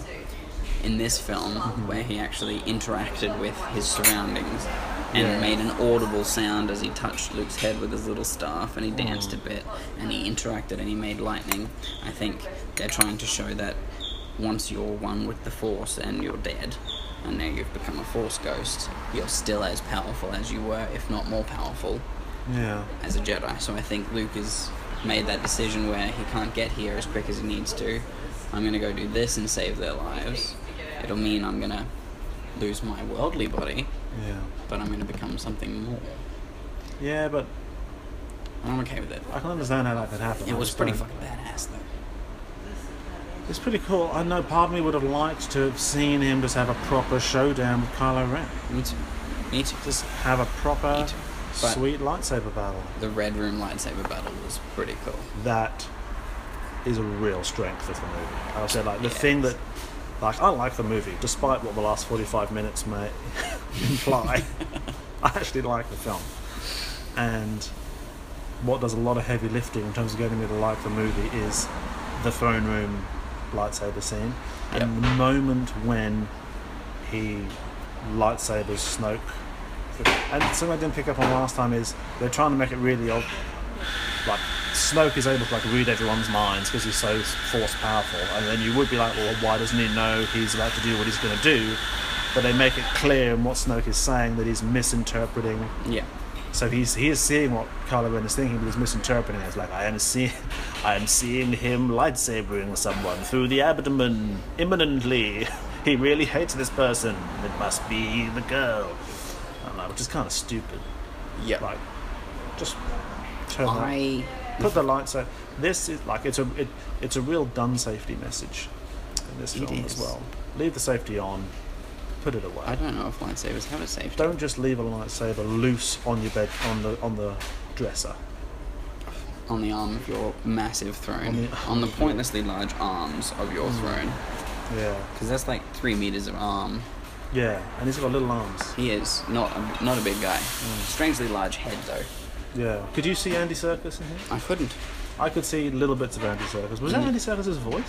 in this film,
Mm-hmm.
where he actually interacted with his surroundings and
Yeah.
made an audible sound as he touched Luke's head with his little staff and he danced
Mm.
a bit and he interacted and he made lightning. I think they're trying to show that once you're one with the Force and you're dead, and now you've become a Force Ghost, you're still as powerful as you were, if not more powerful
Yeah.
as a Jedi. So I think Luke has made that decision where he can't get here as quick as he needs to. I'm gonna go do this and save their lives. It'll mean I'm gonna lose my worldly body,
Yeah.
but I'm gonna become something more.
Yeah, but
And I'm okay with it.
I can understand how that could happen.
It
I
was
just
pretty
don't-
fucking badass though.
It's pretty cool. I know part of me would have liked to have seen him just have a proper showdown with Kylo Ren.
Me too. Me too.
Just have a proper,
Me too. But-
sweet lightsaber battle.
The Red Room lightsaber battle was pretty cool.
That is a real strength of the movie. I would say, like, the
Yes.
thing that, like, I like the movie, despite what the last 45 minutes may imply. I actually like the film. And what does a lot of heavy lifting in terms of getting me to like the movie is the phone room lightsaber scene. And the moment when he lightsabers Snoke. And something I didn't pick up on last time is they're trying to make it really ob- like Snoke is able to like read everyone's minds because he's so force powerful, and then you would be like, well, why doesn't he know he's about to do what he's going to do? But they make it clear in what Snoke is saying that he's misinterpreting.
Yeah.
So he's he is seeing what Kylo Ren is thinking, but he's misinterpreting it. It's like I am seeing, I am seeing him lightsabering someone through the abdomen imminently. He really hates this person. It must be the girl. I don't know, which is kind of stupid.
Yeah.
Like, just turn that
I
put the lights out. This is like it's a it, it's a real done safety message in this
It
film as
is.
well. Leave the safety on, put it away.
I don't know if lightsabers have a safety.
Don't just leave a lightsaber loose on your bed on the on the dresser.
on the arm of your massive throne,
On
on
the- Hmm.
the, pointlessly large arms of your throne,
Yeah,
because that's like three meters of arm.
yeah, and he's got little arms.
He is not a, not a big guy.
Mm.
Strangely large head though.
Yeah, could you see Andy Circus in here?
I couldn't.
I could see little bits of Andy Circus. Was that
Mm.
Andy Circus's voice?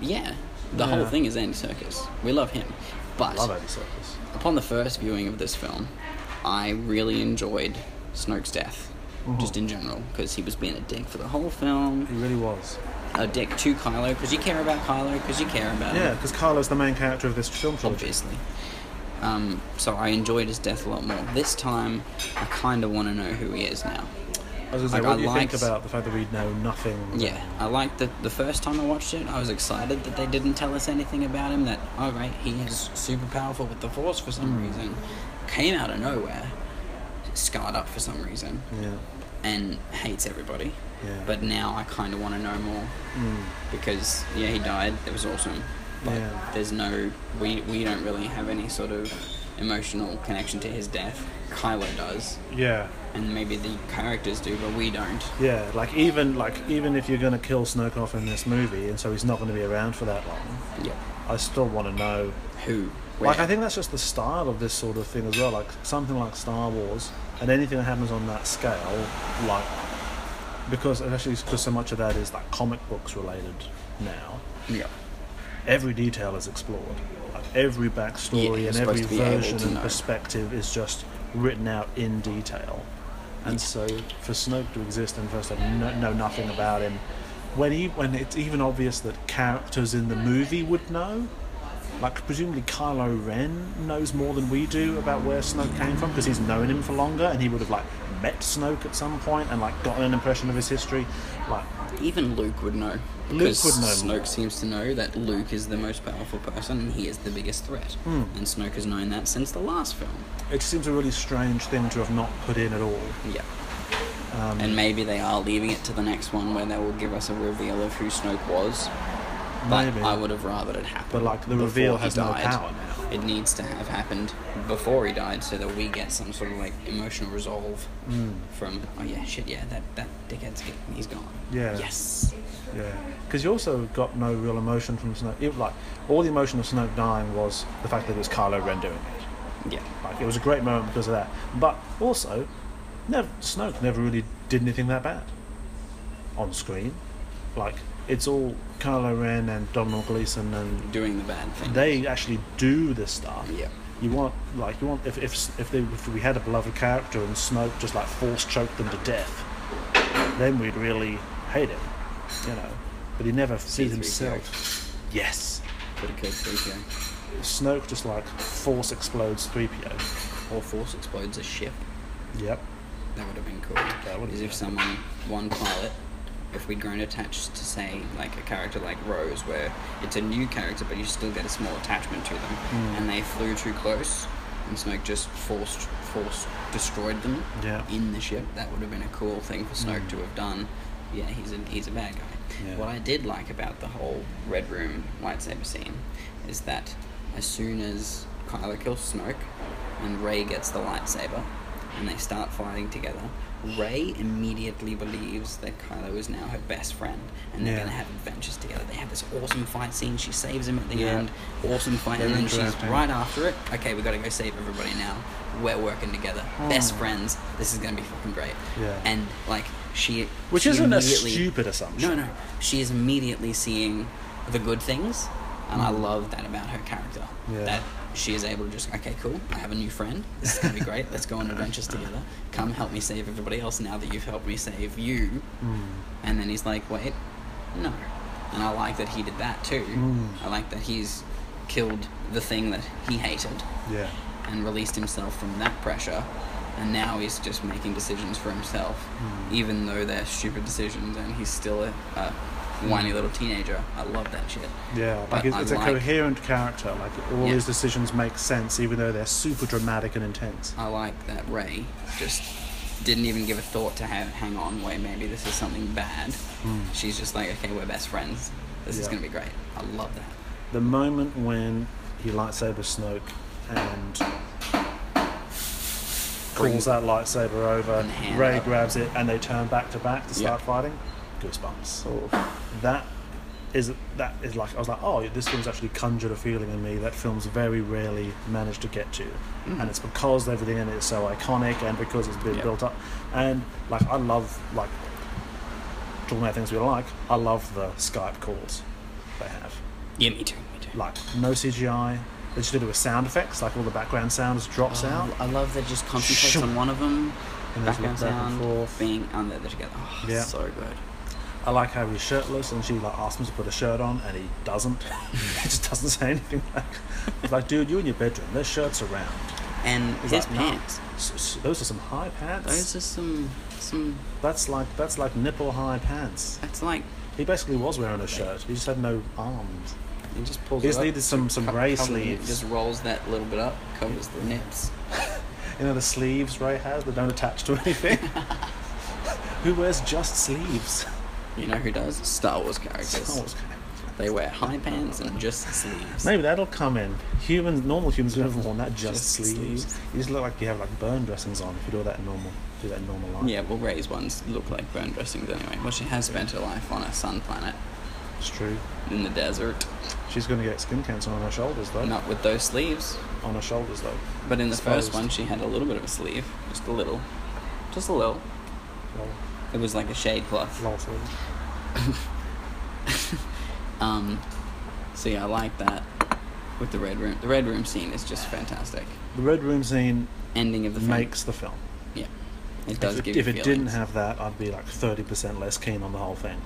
Yeah, the whole
Yeah.
thing is Andy Circus. We love him, but
Love Andy Circus.
upon the first viewing of this film, I really enjoyed Snoke's death,
Mm-hmm.
just in general, because he was being a dick for the whole film,
He really was.
a dick to Kylo, because you care about Kylo, because you care about
Yeah,
him.
because Kylo's the main character of this film trilogy.
obviously. Um, so I enjoyed his death a lot more. This time, I kind of want to know who he is now.
I was going to say,
Like,
what
I
do you
liked-
think about the fact that we know nothing?
Yeah, I liked that the first time I watched it, I was excited that they didn't tell us anything about him. That, oh, right, he is super powerful with the Force for some
Mm.
reason. Came out of nowhere, scarred up for some reason,
Yeah.
and hates everybody.
Yeah.
But now I kind of want to know more.
Mm.
because yeah, he died. It was awesome. But
Yeah.
there's no we we don't really have any sort of emotional connection to his death. Kylo does,
Yeah.
and maybe the characters do, but we don't.
Yeah, like even like even if you're gonna kill Snoke off in this movie, and so he's not gonna be around for that long,
Yep.
I still want to know.
Who?
Like
where.
I think that's just the style of this sort of thing as well. Like something like Star Wars, and anything that happens on that scale, like because especially because so much of that is like comic books related now.
Yep.
Every detail is explored. Like every backstory
you're
and every
supposed to be able
version
to
and
know.
perspective is just written out in detail. And so for Snoke to exist and for us to kno- know nothing about him, when he, when it's even obvious that characters in the movie would know, like presumably Kylo Ren knows more than we do about where Snoke came from because he's known him for longer and he would have like met Snoke at some point and like gotten an impression of his history. Like
Even Luke would know.
Luke
because
would know
Snoke seems to know that Luke is the most powerful person and he is the biggest threat.
Hmm.
And Snoke has known that since the last film.
it seems a really strange thing to have not put in at all.
Yep. Um, and maybe they are leaving it to the next one where they will give us a reveal of who Snoke was. But
Maybe.
I would have rathered it happen.
But, like, the
before
reveal
he
has no power now.
It needs to have happened before he died, so that we get some sort of like emotional resolve
Hmm.
from. Oh yeah, shit, yeah, that that dickhead's g- he's gone.
Yeah.
Yes.
Yeah, because you also got no real emotion from Snoke. It, like all the emotion of Snoke dying was the fact that it was Kylo Ren doing it.
Yeah.
Like it was a great moment because of that. But also, never, Snoke never really did anything that bad on screen. Like it's all Kylo Ren and Donald Gleason, and
Doing the bad thing.
they actually do this stuff.
Yeah.
You want like you want if if if, they, if we had a beloved character and Snoke just like force choked them to death, then we'd really hate him, you know. But he never sees
C-3PO.
himself. Yes,
Could have killed Rico.
Snoke just like force explodes three PO.
Or Force explodes a ship.
Yep.
That would have been cool.
would've
Is
been
if someone, one pilot, if we'd grown attached to say like a character like Rose, where it's a new character but you still get a small attachment to them,
Mm.
and they flew too close, and Snoke just forced, forced, destroyed them
Yeah.
in the ship. That would have been a cool thing for Snoke to have done. Yeah, he's a he's a bad guy.
Mm. Yeah.
What I did like about the whole Red Room lightsaber scene is that as soon as Kylo kills Snoke and Rey gets the lightsaber and they start fighting together, Rey immediately believes that Kylo is now her best friend and they're
Yeah.
going to have adventures together. They have this awesome fight scene. She saves him at the
Yeah.
end. Awesome fight.
Very
and then she's
interesting.
right after it. Okay, we got to go save everybody now. We're working together. Best friends. This is going to be fucking great.
Hmm. Yeah.
And, like, she
Which
she
isn't a
immediately-
stupid assumption.
No, no. She is immediately seeing the good things, and I love that about her character.
Hmm. Yeah.
That she is able to just, okay, cool, I have a new friend. This is going to be great. Let's go on adventures together. Come help me save everybody else now that you've helped me save you.
Hmm.
And then he's like, wait, no. And I like that he did that too.
Mm.
I like that he's killed the thing that he hated
Yeah.
and released himself from that pressure and now he's just making decisions for himself
Mm.
even though they're stupid decisions and he's still a, a whiny little teenager i love that shit
Mm. Yeah, like
But
it's, it's a
I like-
coherent character. Like all
Yeah.
his decisions make sense, even though they're super dramatic and intense.
i like that ray just didn't even give a thought to have hang on wait maybe this is something bad she's just like okay we're best friends this
Mm.
is
Yeah.
going to be great i love that
The moment when he lightsaber Snoke and pulls that lightsaber over,
And hand
Ray
up.
grabs it, and they turn back to back to start
Yeah.
fighting. Goosebumps. That is that is like I was like, oh, this film's actually conjured a feeling in me that films very rarely manage to get to, and it's because everything in it is so iconic and because it's been
Mm. Yeah.
built up, and like I love like talking about things we like. I love the Skype calls they have
yeah me too me too
like no CGI. They just did it with sound effects, like all the background sounds drops out.
I love that just concentrates
Shoo.
on one of them
And there's
background
back and
sound
forth.
being on there they're together oh,
Yeah.
so good
I like how he's shirtless, and she like asks him to put a shirt on, and he doesn't. he just doesn't say anything. Like, it's like, dude, you in your bedroom. There's shirts around.
and
He's
his
like, "Nah."
pants
S- s- those are some high pants.
Those are some some.
That's like that's like nipple high pants.
That's like
He basically was wearing a shirt. He just had no arms.
he just pulls.
He just
it up,
needed some some
co-
Ray
covers it,
sleeves.
Just rolls that little bit up, covers the nips.
You know the sleeves Ray has that don't attach to anything. Who wears just sleeves?
You know who does? Star Wars characters.
Star Wars characters.
They wear high pants and just sleeves.
Maybe that'll come in. Humans, normal humans would have worn that just,
Just
sleeves.
sleeves.
You just look like you have like burn dressings on if you do that in normal, do that in normal life.
Yeah, well, Ray's ones look like burn dressings anyway. Well, she has spent her life on a sun planet
it's true.
in the desert,
She's gonna get skin cancer on her shoulders though.
not with those sleeves.
On her shoulders though.
But in the first
Exposed.
one, she had a little bit of a sleeve, just a little, just a little.
Lol,
It was like a shade cloth.
lol to you.
Um, so yeah, I like that with the red room. The red room scene is just fantastic.
The red room scene
Ending of the film.
makes the film.
Yeah, it does
if it,
give.
if
you
it didn't
feelings.
have that, I'd be like thirty percent less keen on the whole thing.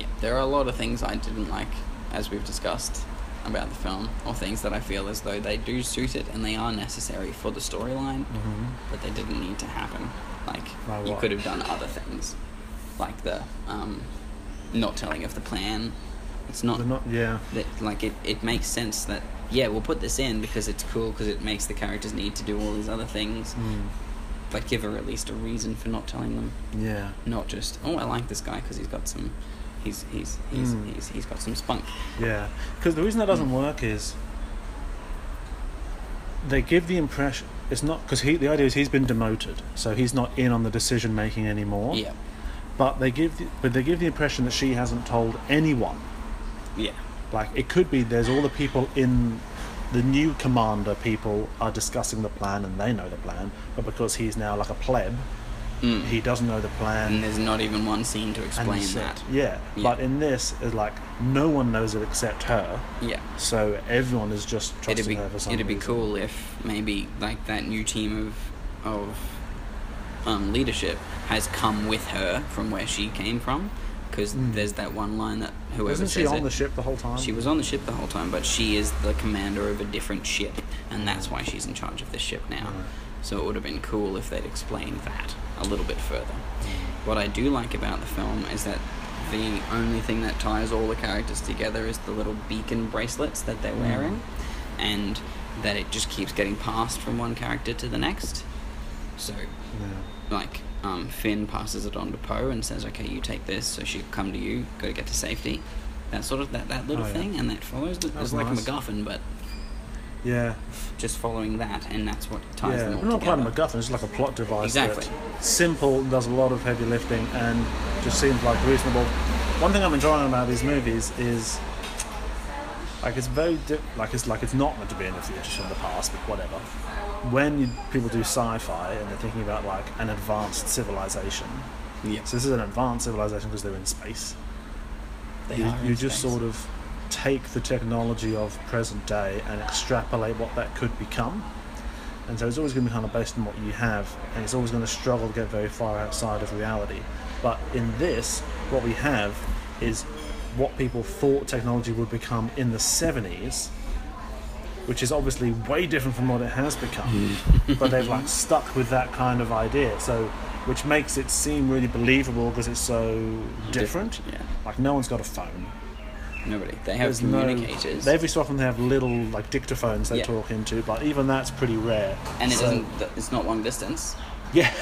yeah, there are a lot of things I didn't like, as we've discussed about the film, or things that I feel as though they do suit it and they are necessary for the storyline, but they didn't need to happen. Like
Like
you
what?
could have done other things, like the um, not telling of the plan. It's not
They're not. Yeah.
that like it, it makes sense that yeah we'll put this in because it's cool because it makes the characters need to do all these other things but give her at least a reason for not telling them
Yeah.
not just oh i like this guy because he's got some he's he's he's,
Mm.
he's he's got some spunk
Yeah, because the reason that
Hmm.
doesn't work is they give the impression it's not because he. The idea is he's been demoted, so he's not in on the decision making anymore.
yeah
But they give, the, but they give the impression that she hasn't told anyone.
yeah
Like it could be there's all the people in the new commander people are discussing the plan and they know the plan, but because he's now like a pleb, he doesn't know the plan.
Hmm. and there's not even one scene to
and
explain
so-
that
Yeah,
Yeah.
but in this, it's like no one knows it except her.
yeah
So everyone is just trusting
it'd be
her for some
it'd be
reason.
cool if maybe like that new team of of um, leadership has come with her from where she came from because there's that one line that whoever
Wasn't Hmm. she
says
on
it,
the ship the whole time?
She was on the ship the whole time, but she is the commander of a different ship, and that's why she's in charge of this ship now. So it would have been cool if they'd explained that a little bit further. What I do like about the film is that the only thing that ties all the characters together is the little beacon bracelets that they're
Mm.
wearing, and that it just keeps getting passed from one character to the next. So, like, um, Finn passes it on to Poe and says, "Okay, you take this." So she come to you, go get to safety. That sort of that, that little
Oh, yeah.
thing, and that follows. The,
was
it's like
nice.
a MacGuffin, but
Yeah.
just following that, and that's what ties
yeah.
them all
Not quite
together.
a MacGuffin, it's just like a plot device.
Exactly.
that's Simple, does a lot of heavy lifting, and just seems like reasonable. One thing I'm enjoying about these movies is. Like it's very di- like it's like it's not meant to be in the future in the past, but whatever. When you, people do sci-fi and they're thinking about like an advanced civilization,
yeah.
So this is an advanced civilization because they're in space.
They
you
are in
you just
space.
sort of take the technology of present day and extrapolate what that could become. And so it's always going to be kind of based on what you have, and it's always going to struggle to get very far outside of reality. But in this, what we have is what people thought technology would become in the 70s, which is obviously way different from what it has become.
Mm.
but they've like stuck with that kind of idea, so which makes it seem really believable because it's so different.
Yeah.
Like no one's got a phone.
Nobody. They have
There's no-
communicators.
they- every so often they have little like dictaphones they
Yeah.
talk into, but even that's pretty rare.
and it
So-
doesn't. th- It's not long distance.
Yeah.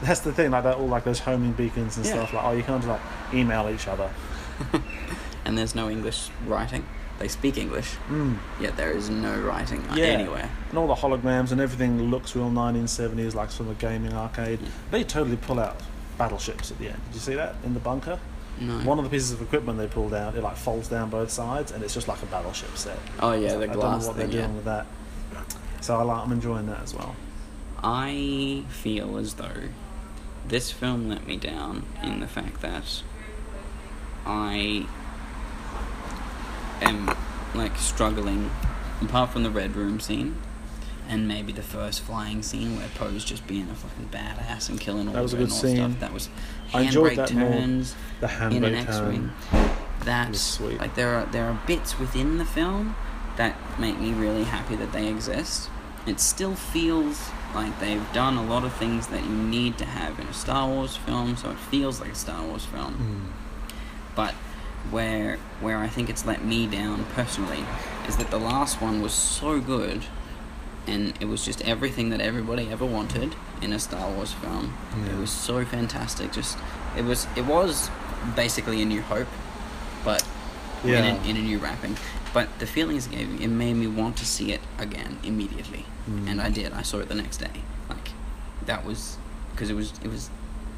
that's the thing. Like that, all like those homing beacons and
Yeah.
stuff. Like oh, you can't like email each other.
and there's no English writing. They speak English, yet there is no writing
Hmm. Yeah.
anywhere.
And all the holograms and everything looks real 1970s, like from a gaming arcade. They totally pull out battleships at the end. Did you see that in the bunker?
No.
One of the pieces of equipment they pulled out, it like folds down both sides, and it's just like a battleship set.
oh yeah, the
I don't know
glass
what
thing.
they're doing
Yeah.
with that. So I like, I'm enjoying that as well.
I feel as though this film let me down in the fact that I am like struggling, apart from the red room scene. And maybe the first flying scene where Poe's just being a fucking badass and killing all
That was a
the
good
Renault
scene.
stuff. That was handbrake
I enjoyed that more.
turns.
The
in an
handbrake
X-wing.
turn.
That's
was sweet.
like there are there are bits within the film that make me really happy that they exist. It still feels like they've done a lot of things that you need to have in a Star Wars film, so it feels like a Star Wars film but where where I think it's let me down personally is that the last one was so good and it was just everything that everybody ever wanted in a Star Wars film. It was so fantastic. Just it was it was basically a new hope, but in,
Yeah.
a, in a new wrapping. But the feelings it gave me, it made me want to see it again immediately, and I did. I saw it the next day. Like that was because it was it was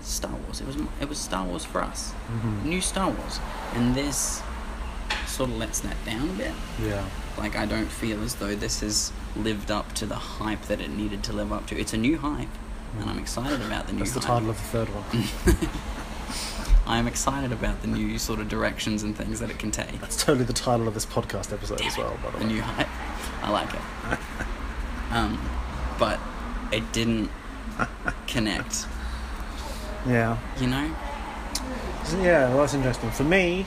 Star Wars. It was it was Star Wars for us.
Mm-hmm.
New Star Wars, and this sort of lets that down a bit.
Yeah.
Like I don't feel as though this has lived up to the hype that it needed to live up to. It's a new hype, and I'm excited about the new.
That's
Mm.
the
hype.
title of the third one.
I'm excited about the new sort of directions and things that it can take.
That's totally the title of this podcast episode as well, by
the
the way.
new hype. I like it. um, but it didn't connect.
Yeah.
You know?
So, Yeah, well, that's interesting. For me,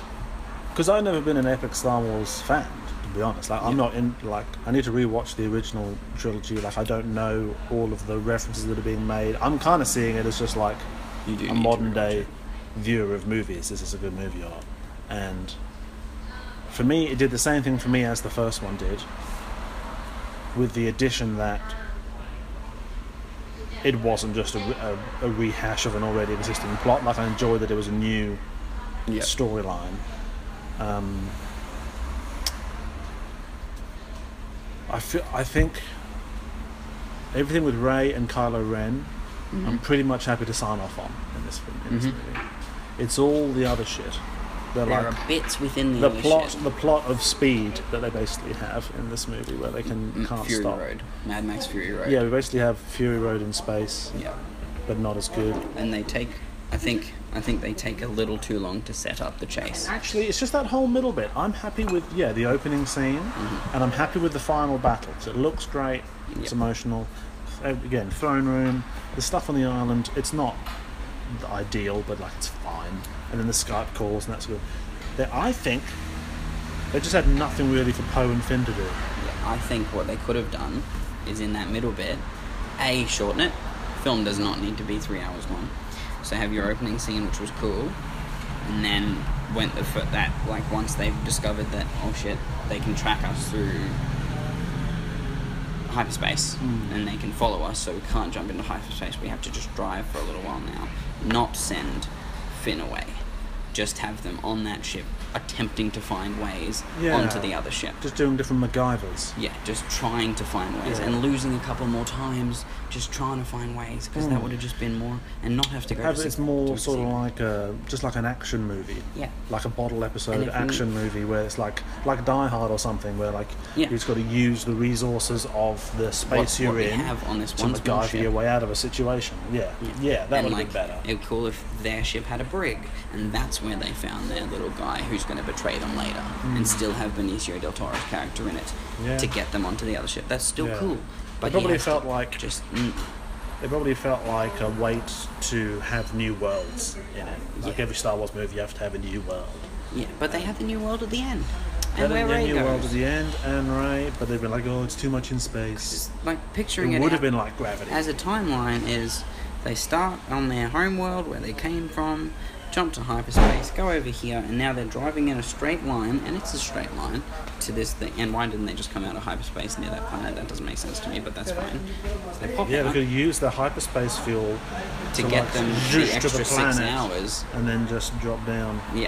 because I've never been an epic Star Wars fan, to be honest. Like, I'm not in, like, I need to rewatch the original trilogy. Like, I don't know all of the references that are being made. I'm kind of seeing it as just like
You do.
a modern day viewer of movies. Is this a good movie or not? And for me, it did the same thing for me as the first one did, with the addition that it wasn't just a, a, a rehash of an already existing plot. Like I enjoyed that it was a new
Yeah.
storyline. Um, I feel, I think everything with Ray and Kylo Ren,
Mm-hmm.
I'm pretty much happy to sign off on in this, film- in this movie. It's all the other shit. They're
There
like
are bits within the,
the
other
plot,
shit.
the plot of speed that they basically have in this movie, where they can
Mm,
can't
Fury
stop.
Road, Mad Max Fury Road.
Yeah, we basically have Fury Road in space,
Yeah.
but not as good.
And they take. I think. I think they take a little too long to set up the chase.
Actually, it's just that whole middle bit. I'm happy with yeah the opening scene, and I'm happy with the final battle. 'cause it looks great. It's
Yep.
emotional. Uh, Again, throne room. The stuff on the island. It's not the ideal, but like it's fine. And then the Skype calls and that's good. That I think they just had nothing really for Poe and Finn to do.
I think what they could have done is in that middle bit, A, shorten it. Film does not need to be three hours long. So have your opening scene, which was cool, and then went the foot that, like, once they've discovered that, oh shit, they can track us through hyperspace, and they can follow us. So we can't jump into hyperspace. We have to just drive for a little while now, not send Finn away. Just have them on that ship, attempting to find ways
Yeah.
onto the other ship.
Just doing different MacGyvers.
Yeah, just trying to find ways
Yeah.
and losing a couple more times, just trying to find ways because that would have just been more and not have to go.
Have
to
Hmm. It's
Sig-
more
to
sort of
Sig-
like a, just like an action movie.
Yeah.
Like a bottle episode
if we-
action movie where it's like like Die Hard or something where like
Yeah.
you've just got to use the resources of the space
What-
you're
what we
in
have on this
to
one small
MacGyver
ship.
your way out of a situation. Yeah. Yeah, that
And,
would have
like,
been better.
It'd be cool if their ship had a brig, and that's where they found their little guy who's going to betray them later, and still have Benicio del Toro's character in it
Hmm. Yeah.
to get them onto the other ship. That's still
Yeah.
cool. But you
probably
have to
felt like-
just mm,
It probably felt like a wait to have new worlds in it. Like
Yeah.
every Star Wars movie, you have to have a new world.
yeah. But they had the new world at the end,
They
and where
didn't get
Ray
new world at
goes.
the end, and right, but they've been like, oh, it's too much in space.
It's like picturing
It
it
would have
out-
been like Gravity.
as a timeline is they start on their home world where they came from, jump to hyperspace, go over here, and now they're driving in a straight line, and it's a straight line to this thing. And why didn't they just come out of hyperspace near that planet? That doesn't make sense to me, but that's fine. So they pop
yeah, they
out
could use the hyperspace fuel
to get
like,
them
zhoosh
the extra six hours.
and then just drop down.
Yeah,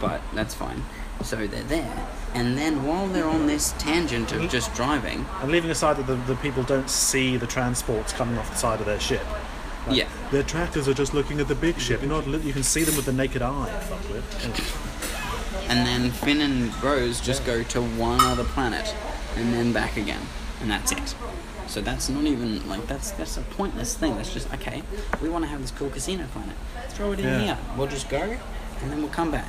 but that's fine. So they're there, and then while they're on this tangent of just driving,
And leaving aside that the, the people don't see the transports coming off the side of their ship.
yeah,
Their tractors are just looking at the big ship. You're not, li- you can see them with the naked eye. Fuck with.
and then Finn and Rose just go to one other planet, and then back again, and that's it. So that's not even like that's that's a pointless thing. That's just okay. We want to have this cool casino planet. Throw it in
Yeah.
here. We'll just go, and then we'll come back.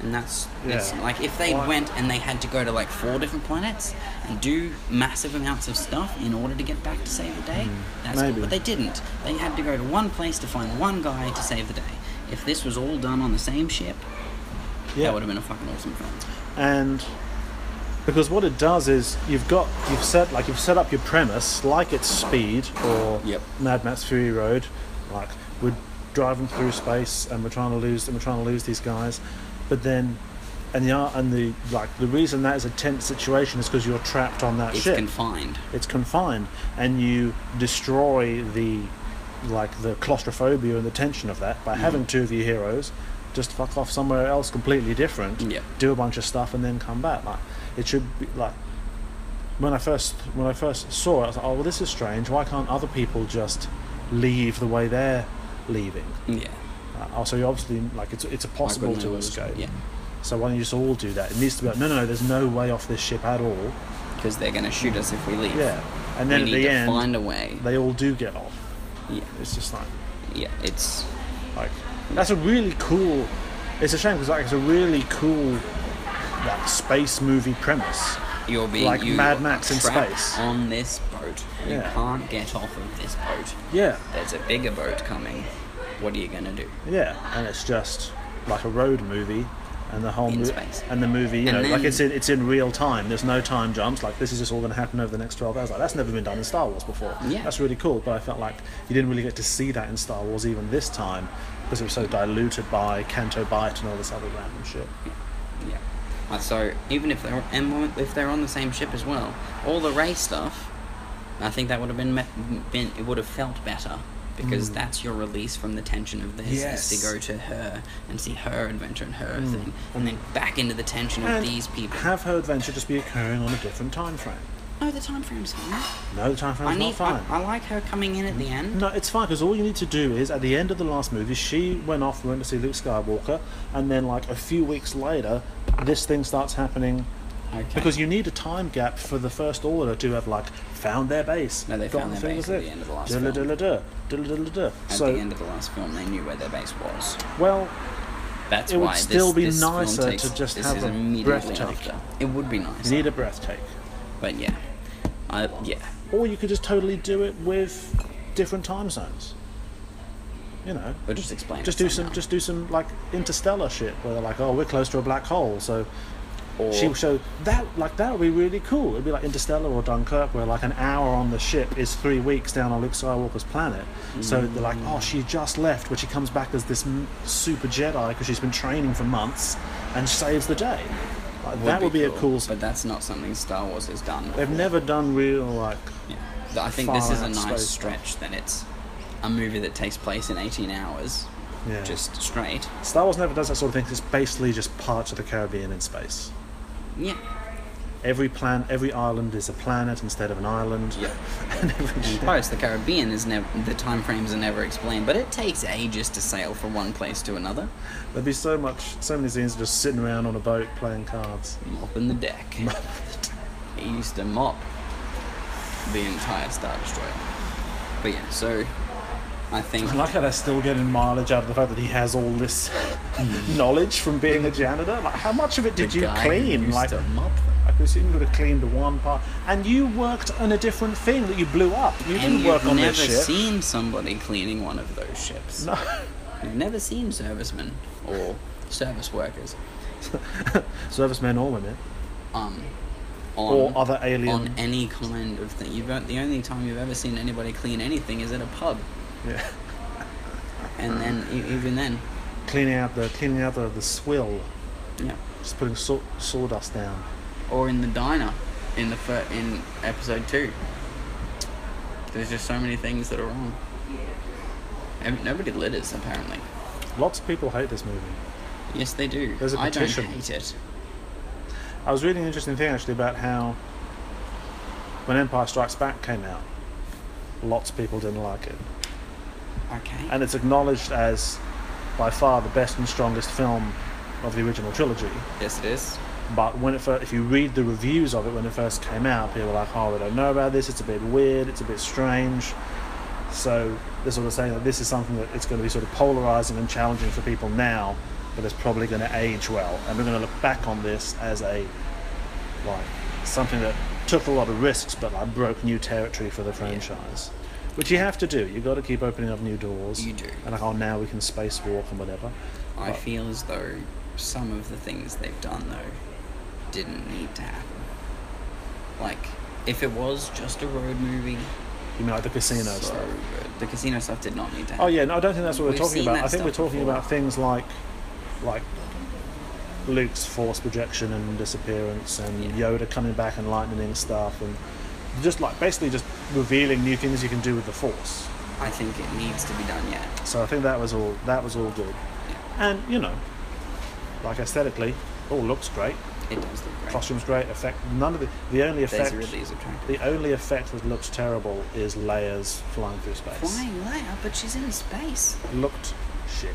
And that's that's
Yeah.
like if they
Why-
went and they had to go to like four different planets and do massive amounts of stuff in order to get back to save the day. That's
Hmm.
cool.
Maybe.
But they didn't. They had to go to one place to find one guy to save the day. If this was all done on the same ship, that
Yeah.
would have been a fucking awesome film.
and because what it does is you've got you've set like you've set up your premise like it's speed or
Yep.
Mad Max Fury Road, like we're driving through space and we're trying to lose and we're trying to lose these guys, but then. And the ar- and the like the reason that is a tense situation is because you're trapped on that
It's
ship.
confined.
it's confined, and you destroy the like the claustrophobia and the tension of that
Mm.
by having two of your heroes just fuck off somewhere else completely different
Yeah.
do a bunch of stuff and then come back. Like it should be like when I first when I first saw it, I was like, oh well, this is strange. Why can't other people just leave the way they're leaving?
Yeah.
Uh, oh, so you obviously like it's it's possible to escape.
Yeah.
So why don't you just all do that? It needs to be like no no no. There's no way off this ship at all.
Because they're going to shoot us if we leave.
Yeah. And
We
then
need
at the
to
end,
find a way.
they all do get off.
Yeah.
It's just like
Yeah. It's.
Like that's a really cool. It's a shame because like it's a really cool like space movie premise.
You're being
Like
you
Mad
are
Max in
trapped
space.
On this boat, you
Yeah.
can't get off of this boat.
Yeah.
There's a bigger boat coming. What are you going to do?
Yeah, and it's just like a road movie, and the whole
In
movie
space.
and the movie, you
And
know, like
then-
it's in it's in real time. There's no time jumps. Like this is just all going to happen over the next twelve hours. Like that's never been done in Star Wars before.
Yeah.
that's really cool. But I felt like you didn't really get to see that in Star Wars even this time because it was so diluted by Canto Bite and all this other random shit.
Yeah. Uh, So even if they're and if they're on the same ship as well, all the Ray stuff, I think that would have been me- been it would have felt better because that's your release from the tension of this is
Mm. Yes. Mm.
to go to her and see her adventure and her thing, and then back into the tension of
And
these people.
Have her adventure just be occurring on a different time frame.
no, the time frame's fine.
No, the time frame's
I
not
need.
fine.
I, I like her coming in at the end.
No, it's fine because all you need to do is at the end of the last movie, she went off and went to see Luke Skywalker, and then like a few weeks later, this thing starts happening.
Okay.
Mm-hmm. Because you need a time gap for the First Order to have like found their base.
No, they
gotten
found their
through
base at
thing.
the end of the last
Duh,
film.
duh, duh, duh, duh, duh, duh, duh, duh.
at
So,
the end of the last film, they knew where their base was.
well,
That's
It would
why
still
this,
be
this film
nicer
takes,
to just
this
have
is
a
immediately
breath take.
after. It would be
you
nice.
need a breath take,
But yeah, I yeah.
or you could just totally do it with different time zones. You know,
Or just explain. it
just do
somehow.
some, just do some like interstellar shit where they're like, oh, we're close to a black hole, so
or
she will show that like that would be really cool. It'd be like Interstellar or Dunkirk, where like an hour on the ship is three weeks down on Luke Skywalker's planet. So they're like, oh, she just left, but she comes back as this m- super Jedi because she's been training for months and saves the day. Like, that would be a cool.
But that's not something Star Wars has done.
They've never done real like.
Yeah. But I think this is a
Far-out
nice
space
stretch that it's a movie that takes place in 18 hours,
Yeah.
just straight.
Star Wars never does that sort of thing. 'cause It's basically just parts of the Caribbean in space.
Yeah.
Every plan, every island is a planet instead of an island.
Yeah.
and every
And
ship-
close. The Caribbean is never the time frames are never explained, but it takes ages to sail from one place to another.
There'd be so much, so many scenes just sitting around on a boat playing cards.
Mopping the deck. he used to mop the entire Star Destroyer. But yeah, so I think
I like how they're still getting mileage out of the fact that he has all this knowledge from being a janitor. Like, how much of it did
the
you
guy who
clean?
used
Like,
to mop them.
I could assume you would have cleaned one part. And you worked on a different thing that you blew up. You
And
didn't
you've
work on
never
this ship.
seen somebody cleaning one of those ships.
No.
You've never seen servicemen or service workers
Servicemen or women.
um, on
Or other alien.
on any kind of thing. You've got, the only time you've ever seen anybody clean anything is at a pub,
Yeah.
and then e- even then,
Cleaning out the cleaning out the, the swill.
yeah.
Just putting saw, sawdust down.
Or in the diner, in the fir- in episode two. There's just so many things that are wrong. And nobody litters apparently.
Lots of people hate this movie.
Yes, they do.
There's a
I don't
petition.
hate it.
I was reading an interesting thing actually about how when Empire Strikes Back came out, lots of people didn't like it.
Okay.
and it's acknowledged as by far the best and strongest film of the original trilogy.
yes, it is.
But when it first, if you read the reviews of it when it first came out, people were like, "Oh, we don't know about this. It's a bit weird. It's a bit strange." So they're sort of saying that this is something that it's going to be sort of polarizing and challenging for people now, but it's probably going to age well, and we're going to look back on this as a like something that took a lot of risks, but like broke new territory for the franchise, which you have to do. You've got to keep opening up new doors.
You do.
And like, oh, now we can spacewalk and whatever.
I
But-
feel as though some of the things they've done though didn't need to happen. Like, if it was just a road movie,
You mean like the casino
so
stuff?
good. The casino stuff did not need to happen.
Oh yeah, no, I don't think that's what we're
We've
talking
seen
about.
that
I think we're
stuff
talking
before.
about things like, like Luke's force projection and disappearance, and
Yeah.
Yoda coming back and lightning stuff, and just like basically just revealing new things you can do with the force.
I think it needs to be done yet.
So I think that was all. That was all good, and you know, like aesthetically, all looks great.
It does look great.
Costumes great. Effect. None of the the only
Daisy
effect.
Ridley is attractive.
The only effect that looks terrible is layers flying through space.
Flying Leia, Ah, but she's in space.
looked shit.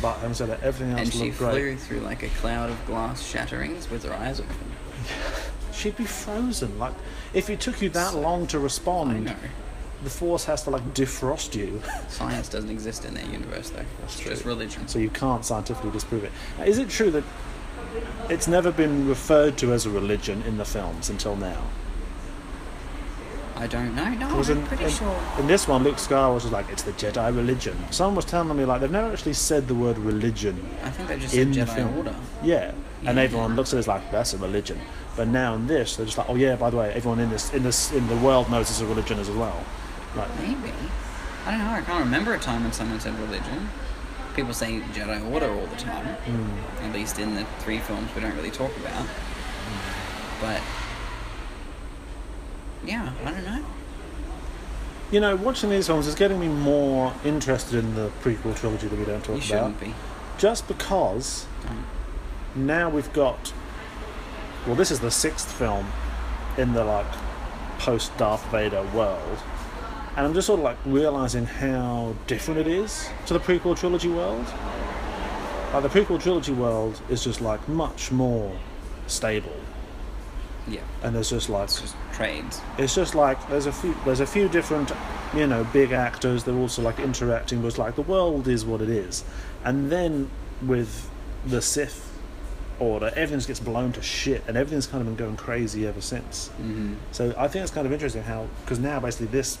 but having said that, everything else
and she
looked
flew
great.
through like a cloud of glass shatterings with her eyes open.
She'd be frozen. Like, if it took you that long to
I
respond,
know.
the force has to like defrost you,
Science doesn't exist in that universe though. it's just
true.
religion.
so you can't scientifically disprove it. Now, Is it true that it's never been referred to as a religion in the films until now?
I don't know. No,
'Cause
I'm
in,
pretty
in-
sure.
in this one, Luke Skywalker was like, "It's the Jedi religion." Someone was telling me like they've never actually said the word religion
I think they just
in
said
the
Jedi
film.
Order.
Yeah. And
Yeah.
everyone looks at it as like that's a religion. But now in this, they're just like, oh yeah, by the way, everyone in this in this in the world knows it's a religion as well. Like,
Maybe. I don't know. I can't remember a time when someone said religion. People say Jedi Order all the time.
Hmm.
At least in the three films we don't really talk about. But yeah, I don't know.
you know, watching these films is getting me more interested in the prequel trilogy that we don't talk
You
about.
shouldn't be.
Just because
Don't.
now we've got well, this is the sixth film in the like post Darth Vader world. And I'm just sort of like realizing how different it is to the prequel trilogy world. Like the prequel trilogy world is just like much more stable.
Yeah,
And there's just like
it's just trades.
it's just like there's a few there's a few different you know big actors they're also like interacting but it's like the world is what it is and then with the sith order everything just gets blown to shit and everything's kind of been going crazy ever since mm-hmm. so i think it's kind of interesting how because now basically this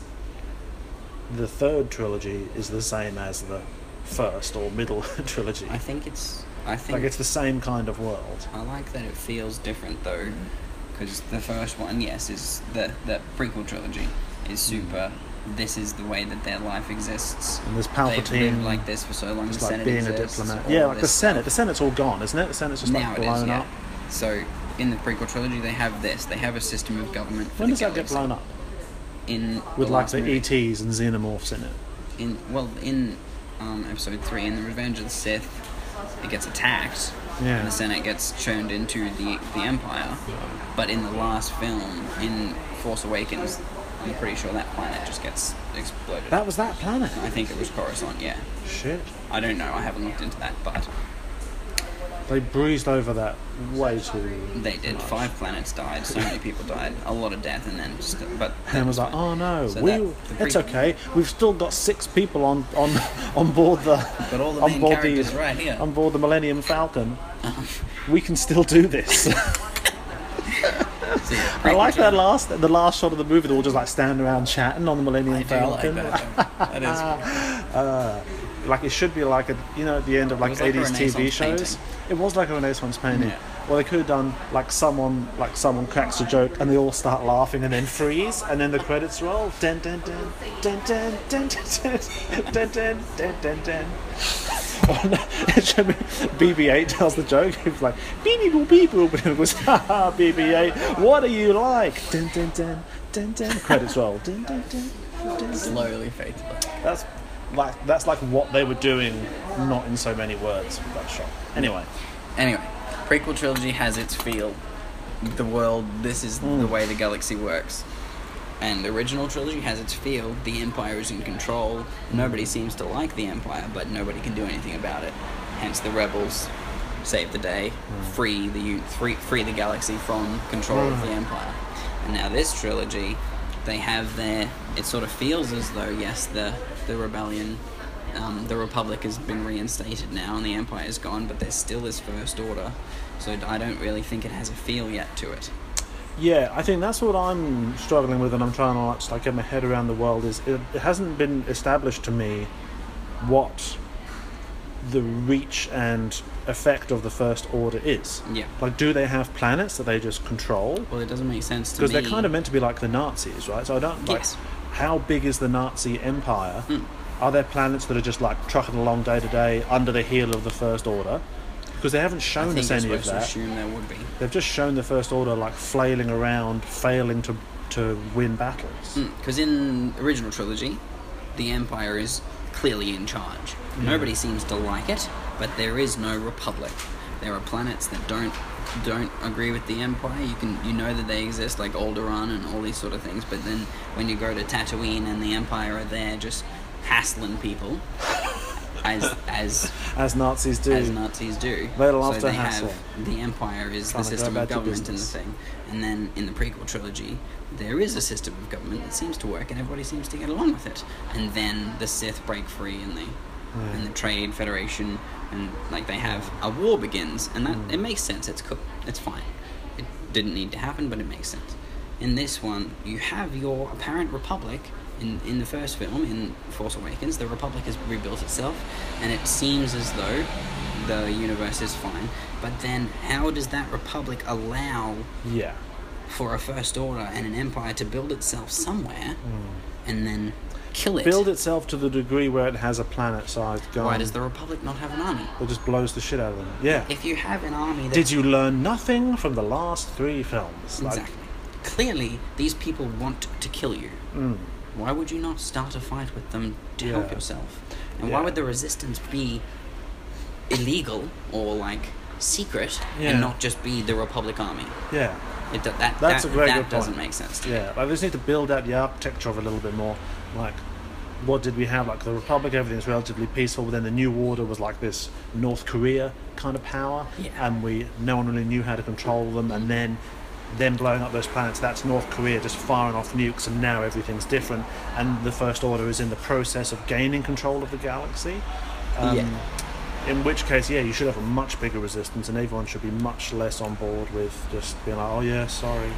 the third trilogy is the same as the first or middle trilogy
I think it's. I think
like it's the same kind of world
I like that it feels different though,
Mm. Mm.
because the first one, yes, is the the prequel trilogy is super this is the way that their life exists.
And there's
They've lived
Palpatine,
like this for so long.
It's
The
like
Senate
being
exists,
a diplomat.
all
Yeah, like the
this
Senate. The Senate's all gone, isn't it? The Senate's just
now
like
it
blown
is, yeah.
up.
So in the prequel trilogy, they have this. They have a system of government. For
When
the
does that get
galaxy.
blown up?
In
With
the
like
last
the E
movie.
ETs and xenomorphs in it.
in well in um, episode three in the Revenge of the Sith, it gets attacked.
Yeah.
And the Senate gets turned into the the Empire. But in the last film, in Force Awakens, I'm pretty sure that planet just gets exploded.
That was that planet.
I think it was Coruscant. Yeah.
Shit.
I don't know. I haven't looked into that, but
They breezed over that way too.
they did.
much.
Five planets died. So many people died. A lot of death, and then just but.
And was like, oh no,
So
we,
that- the
it's
pre-
okay. We've still got six people on on on board the
But all the
on
main
board
characters right here. Uh-huh.
on board the Millennium Falcon. we can still do this. I like that last the last shot of the movie. They're all just like standing around chatting on the Millennium
I do like
Falcon.
that. though. That is.
Like it should be like a you know at the end of like
was like a
eighties TV
Renaissance
shows.
painting.
It was like a Renaissance painting.
Yeah.
Well, they could have done like someone like someone cracks a joke and they all start laughing and then freeze and then the credits roll. Dun dun dun dun dun dun dun dun dun dun dun dun. dun. Or no, it should be- BB-8 tells the joke. It's like beep beep boop, beep boop, and it was ha ha BB-8. What are you like? Dun dun dun dun dun. Credits roll. Dun dun dun dun. dun.
Slowly fades. away.
That's like that's like what they were doing, not in so many words. with That shot. Anyway,
Anyway, prequel trilogy has its feel. The world, this is
Hmm.
the way the galaxy works. And the original trilogy has its feel. The Empire is in control. Nobody seems to like the Empire, but nobody can do anything about it. Hence, the rebels save the day,
Hmm.
free the u- free, free the galaxy from control of
Hmm.
the Empire. And now this trilogy, they have their. It sort of feels as though yes, the the rebellion um, the Republic has been reinstated now and the Empire is gone, but there's still this First Order, so I don't really think it has a feel yet to it.
yeah, I think that's what I'm struggling with, and I'm trying to like, just, like get my head around the world. Is it, it hasn't been established to me what the reach and effect of the First Order is.
Yeah.
Like, do they have planets that they just control?
Well, it doesn't make sense to me.
Because they're kind of meant to be like the Nazis, right? So I don't like
Yes. Hmm.
how big is the Nazi empire? Are there planets that are just like trucking along day to day under the heel of the First Order? Because they haven't
I
shown
think
us
you're
any of
supposed to
that.
assume there would be.
They've just shown the First Order like flailing around, failing to to win battles.
Because in the original trilogy, the Empire is clearly in charge. Nobody seems to like it, but there is no Republic. There are planets that don't don't agree with the Empire. You can you know that they exist, like Alderaan and all these sort of things. But then when you go to Tatooine and the Empire are there, just hassling people, as as
As Nazis do.
as Nazis do.
They love
so
to
they
hassle.
have the empire is
Trying
the
to go
system
about
of
your
government and the
business.
thing, and then in the prequel trilogy, there is a system of government that seems to work and everybody seems to get along with it. And then the Sith break free and they
Hmm.
and the Trade Federation and like they have a war begins and
Hmm.
that it makes sense. It's cool. It's fine. It didn't need to happen, but it makes sense. In this one, you have your apparent republic. In, in the first film, in Force Awakens, the Republic has rebuilt itself, and it seems as though the universe is fine. But then, how does that Republic allow
yeah.
for a First Order and an Empire to build itself somewhere and then kill it?
Hmm. Build itself to the degree where it has a planet-sized gun.
Why does the Republic not have an army?
It just blows the shit out of them. Yeah.
If you have an army that
Did you learn nothing from the last three films? Like,
Exactly. Clearly, these people want to kill you. Why would you not start a fight with them to help
Mm. Yeah.
yourself? And
Yeah.
why would the resistance be illegal or like secret
Yeah.
and not just be the Republic Army?
Yeah.
It, do- that
That's
that,
a very
that
good point.
doesn't make sense. To me.
Yeah, like, we just need to build out the architecture of it a little bit more. Like, what did we have? Like the Republic, everything's relatively peaceful. But then the New Order was like this North Korea kind of power,
Yeah.
and we no one really knew how to control them. And then them blowing up those planets, that's North Korea just firing off nukes, and now everything's different. And the First Order is in the process of gaining control of the galaxy. Um,
Yeah.
In which case, yeah, you should have a much bigger resistance, and everyone should be much less on board with just being like, "Oh yeah, sorry,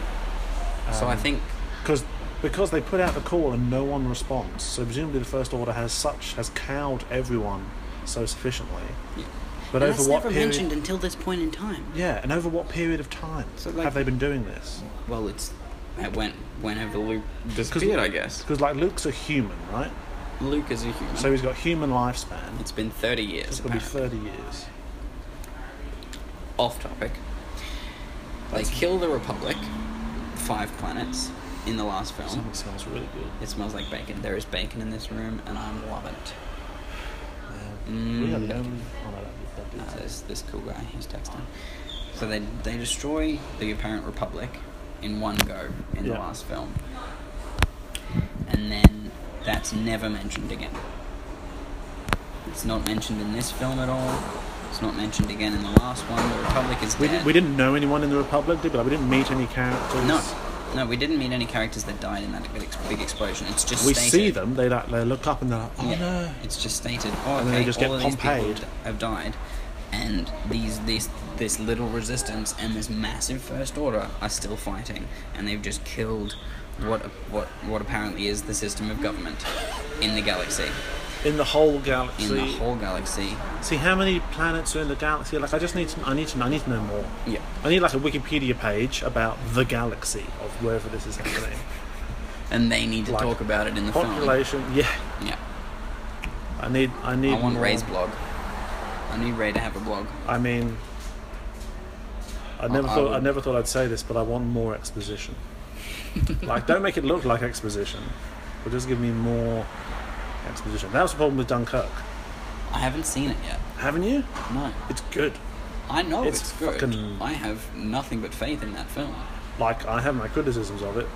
So
um,
I think
because because they put out the call and no one responds. So presumably the first order has such has cowed everyone so sufficiently.
Yeah.
But
and
over
that's
what
never
period?
mentioned until this point in time.
Yeah, and over what period of time
So, like-
have they been doing this?
Well, it's I went whenever Luke disappeared, I guess.
Because like Luke's a human, right?
Luke is a human.
So he's got human lifespan.
it's been 30 years.
It's gonna be
apparently.
thirty years.
Off topic. They kill the Republic, five planets, in the last film.
Something smells really good.
It smells like bacon. There is bacon in this room, and I'm loving it.
We are
Mm.
the only. Oh, no, that,
Uh,
that is-
there's this cool guy who's texting. So they they destroy the apparent republic in one go in the
Yeah.
last film, and then that's never mentioned again. It's not mentioned in this film at all. It's not mentioned again in the last one. The republic is
we,
dead.
didn't, we didn't know anyone in the Republic, did we? Like, we didn't meet any characters.
No, no, we didn't meet any characters that died in that big ex- big explosion. It's just
We
stated,
see them. They like they look up and they're like, oh
Yeah.
no.
It's just stated. Oh,
And then
okay,
they just get
all of these people
Pompeyed.
d- have died, and these these this little resistance and this massive first order are still fighting, and they've just killed what what what apparently is the system of government in the galaxy,
In the whole
in
galaxy.
the whole galaxy.
See how many planets are in the galaxy? Like I just need to. I need to. I need to know more.
Yeah,
I need like a Wikipedia page about the galaxy of wherever this is happening.
and they need to
Like,
talk about it in the
Population. Yeah.
film. Yeah,
I need. I need.
I want
more.
Ray's blog. I need Ray to have a blog.
I mean, I never
I
thought I
would-
never thought I'd say this, but I want more exposition. like, don't make it look like exposition, but just give me more exposition. That was the problem with Dunkirk,
I haven't seen it yet.
haven't you?
No.
It's good.
I know
It's
it's, good.
fucking-
I have nothing but faith in that film.
Like, I have my criticisms of it,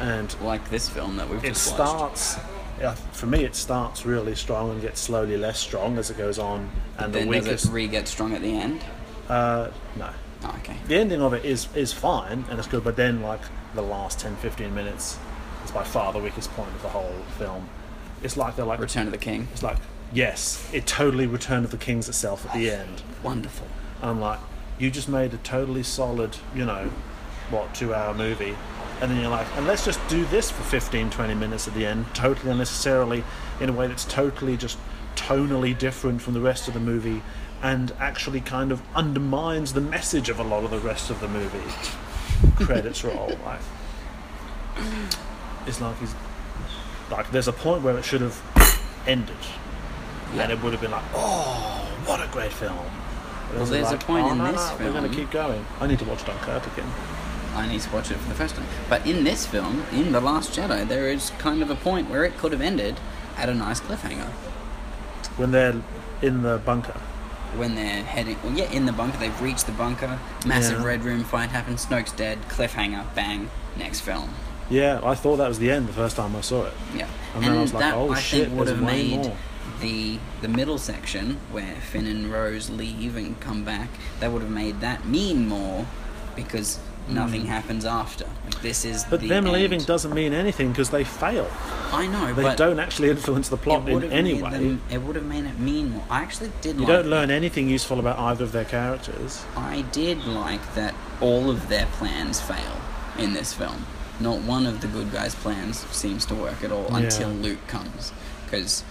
and
Like this film that we've
it
just watched.
starts. Yeah, for me, it starts really strong and gets slowly less strong as it goes on, and the
then does
weakest.
it re get strong at the end?
uh, no,
Oh, okay.
the ending of it is is fine and it's good but then like the last 10 15 minutes is by far the weakest point of the whole film it's like they're like
Return of the King.
it's like yes it totally return of the kings itself at the end
Wonderful.
i'm like you just made a totally solid you know what two hour movie and then you're like and let's just do this for 15 20 minutes at the end totally unnecessarily in a way that's totally just tonally different from the rest of the movie and actually kind of undermines the message of a lot of the rest of the movie credits roll like it's like he's like there's a point where it should have ended and it would have been like oh what a great film It was
there's a point in this
"Oh, we're going
film-
to keep going i need to watch dunkirk again
I need to watch it for the first time. But in this film, in The Last Jedi, there is kind of a point where it could have ended at a nice cliffhanger.
when they're in the bunker
When they're heading, well, yeah, in the bunker, they've reached the bunker, massive
Yeah.
red room fight happens, Snoke's dead, cliffhanger, bang, next film.
yeah i thought that was the end the first time i saw it
Yeah,
And then I was like, "Oh, shit,
would
there's
have
way
made
more."
the the middle section where Finn and Rose leave and come back. That would have made that mean more because nothing happens after. Like, this is
Hmm. but
the
them leaving
end.
doesn't mean anything because they fail
I know,
they
but
don't actually influence the plot
it would
in
have
any
made
way
them- it would have made it mean more. I actually did.
you
like
don't learn anything useful about either of their characters
I did like that all of their plans fail in this film. Not one of the good guys' plans seems to work at all
Yeah.
until Luke comes. Because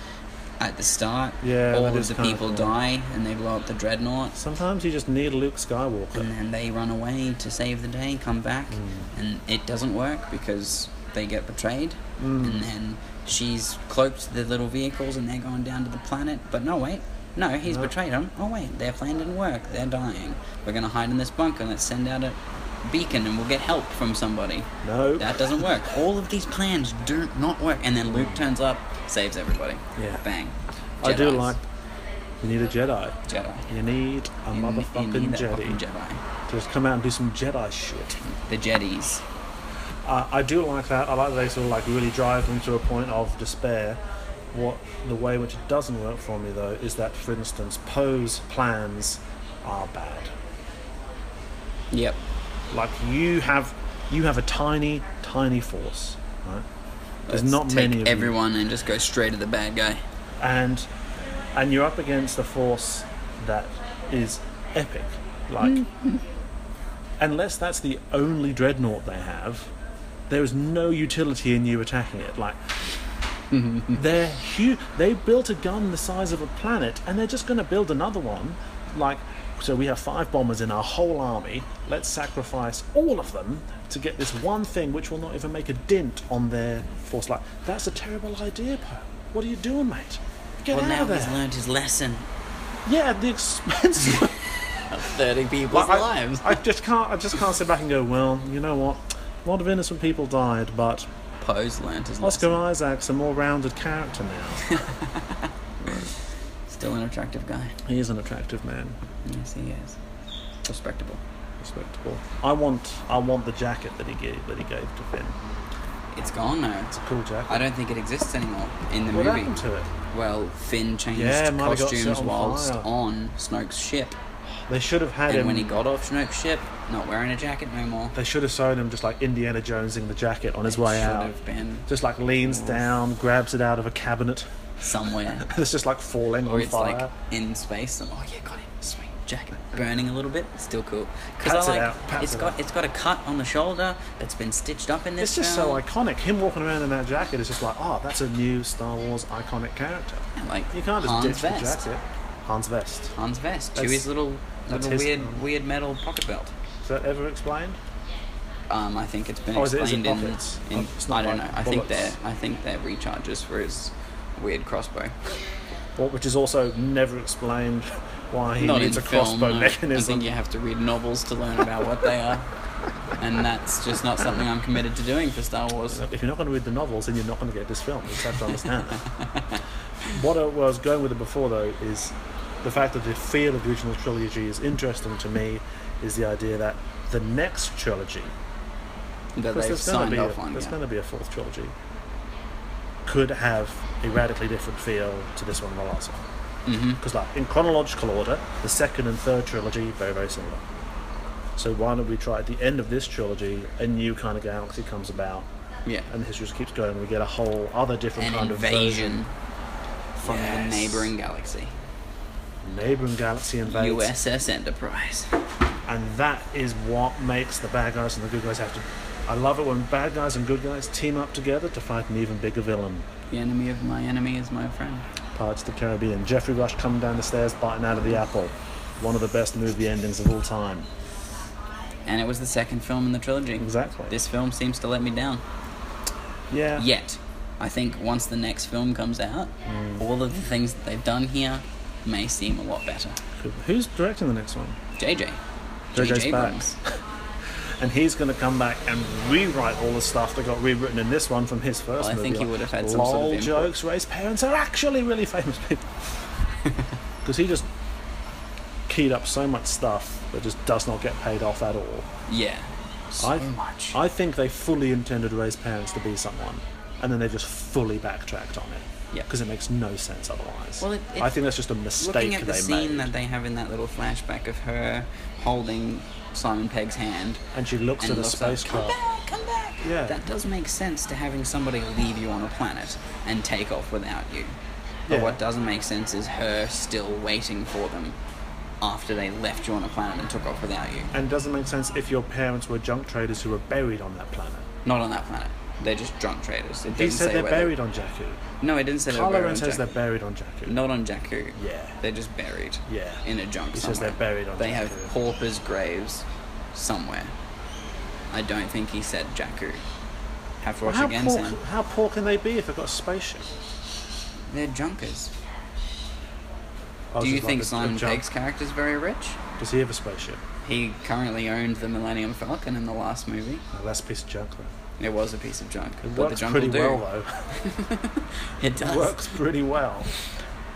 at the start,
Yeah,
all
that
of
is
the
kinda
people
cool.
die and they blow up the dreadnoughts.
sometimes you just need luke skywalker
And then they run away to save the day, come back,
Mm.
and it doesn't work because they get betrayed.
Mm.
And then she's cloaked the little vehicles and they're going down to the planet. But no, wait. No, he's
No.
betrayed them. Oh, wait. Their plan didn't work. They're dying. We're going to hide in this bunker. Let's send out a beacon and we'll get help from somebody.
no
That doesn't work. All of these plans do not work. And then Luke turns up, saves everybody.
Yeah.
Bang.
I do
Jedis.
like. You need a Jedi.
Jedi.
You need a
You n- you need
motherfucking
that
Jedi.
fucking Jedi.
to Just come out and do some Jedi shit.
The Jedis.
I, I do like that. I like that they sort of like really drive them to a point of despair. What the way which it doesn't work for me though is that, for instance, Poe's plans are bad.
Yep.
Like you have, you have a tiny, tiny force. Right? There's
Let's
not
take
many of you.
everyone and just go straight to the bad guy.
and and you're up against a force that is epic. Like, unless that's the only dreadnought they have, there is no utility in you attacking it. Like, they're huge. They built a gun the size of a planet, and they're just going to build another one. Like, So we have five bombers in our whole army. Let's sacrifice all of them to get this one thing which will not even make a dent on their force line. That's a terrible idea, Poe. What are you doing, mate? Get
Well,
out
now
of
he's
there.
learned his lesson.
yeah, at the expense of
30 people's
I-
lives.
I just can't. I just can't sit back and go. Well, you know what? A lot of innocent people died, but
Poe's learned his lesson.
Oscar Isaac's a more rounded character now.
Still an attractive guy.
he is an attractive man,
Yes, he is. Respectable.
respectable. I want. I want the jacket that he gave. That he gave to Finn.
It's gone now.
It's a cool jacket.
I don't think it exists anymore in the
what
movie.
happened to it?
Well, Finn changed
Yeah, it might have got
costumes
set on
whilst
fire.
on Snoke's ship.
They should have had
And
him.
when he got off Snoke's ship, not wearing a jacket no more.
they should have shown him just like Indiana Jonesing the jacket on his way
should
out.
have been
Just like leans down, grabs it out of a cabinet.
somewhere.
It's just like falling
or
on
it's
fire.
like in space. And, oh yeah, got it. Sweet jacket, burning a little bit. It's still cool. Because
Pats
I
it
like
out, pats
it's
it
got
out.
it's got a cut on the shoulder that's been stitched up in this.
It's just so
film.
iconic. Him walking around in that jacket is just like, oh, that's a new Star Wars iconic character.
Yeah, like
You can't just
Hans
ditch
vest.
the jacket. Hans Vest.
Hans vest.
That's-
Chewie's little
that's
little
his-
weird weird metal pocket belt.
Is that ever explained?
Um, I think it's been
Oh, is it- is it
explained in.
pockets?
in
Oh, it's not
I don't know.
like
I think
bullets.
they're I think they're recharges for his weird crossbow.
Or, which is also never explained why he
Not in
needs a
film,
crossbow
no. I
mechanism.
think you have to read novels to learn about what they are, and that's just not something I'm committed to doing for Star Wars.
If you're not going to read the novels, then you're not going to get this film. You just have to understand that. What I was going with it before, though, is the fact that the feel of the original trilogy is interesting to me. Is the idea that the next trilogy Because
That they've
there's going to
signed
be a,
off on.
there's
yeah.
going to be a fourth trilogy. Could have a radically different feel to this one and the last one.
Mm-hmm.
Because, like in chronological order, the second and third trilogy very very similar. So why don't we try at the end of this trilogy a new kind of galaxy comes about
Yeah.
and history just keeps going. We get a whole other different
An
kind
invasion
of version
from
Yes.
the neighboring galaxy.
neighboring galaxy invades,
USS Enterprise.
and that is what makes the bad guys and the good guys have to. I love it when bad guys and good guys team up together to fight an even bigger villain.
The enemy of my enemy is my friend.
Pirates of the Caribbean. Jeffrey Rush coming down the stairs, biting out of the apple. One of the best movie endings of all time.
And it was the second film in the trilogy.
Exactly.
This film seems to let me down.
yeah.
Yet, I think once the next film comes out,
Mm.
all of the things that they've done here may seem a lot better.
Who's directing the next one?
JJ.
JJ's back.
Abrams.
And he's going to come back and rewrite all the stuff that got rewritten in this one from his first
Well, I
movie.
think he
Like,
would have had some
Lol
sort of input.
jokes where his parents are actually really famous people. Because he just keyed up so much stuff that just does not get paid off at all.
Yeah. So
I-
much.
I think they fully intended Ray's parents to be someone, and then they just fully backtracked on it.
Yeah.
Because it makes no sense otherwise.
Well, it- it-
I think that's just a mistake
Looking at the
they
scene
made.
that they have in that little flashback of her holding Simon Pegg's hand
and she looks
and
at a
looks like, come
spacecraft.
back, come back.
Yeah.
That does make sense to having somebody leave you on a planet and take off without you. But
Yeah.
what doesn't make sense is her still waiting for them after they left you on a planet and took off without you.
And it doesn't make sense if your parents were junk traders who were buried on that planet.
Not on that planet. They're just drunk traders. It
He
doesn't
said
say
they're
whether-
buried on Jakku.
No, it didn't say they're
Kylo
buried.
Ren
on
says they're
Jakku.
buried on Jakku.
Not on Jakku.
Yeah.
They're just buried.
Yeah.
In a junk
He
somewhere.
says they're buried on
They have
Jakku.
paupers' graves somewhere. I don't think he said Jakku. Have to watch
how,
again,
poor,
Sam.
how poor can they be if they've got a spaceship?
They're junkers.
I was
Do you
just like,
think
a- a
Simon
junk-
Pegg's character's very rich?
Does he have a spaceship?
He currently owned the Millennium Falcon in the last movie.
No, that's a piece of junk, though.
It was a piece of junk.
It
but the
works
junk
pretty
will do.
well, though.
It does.
It works pretty well.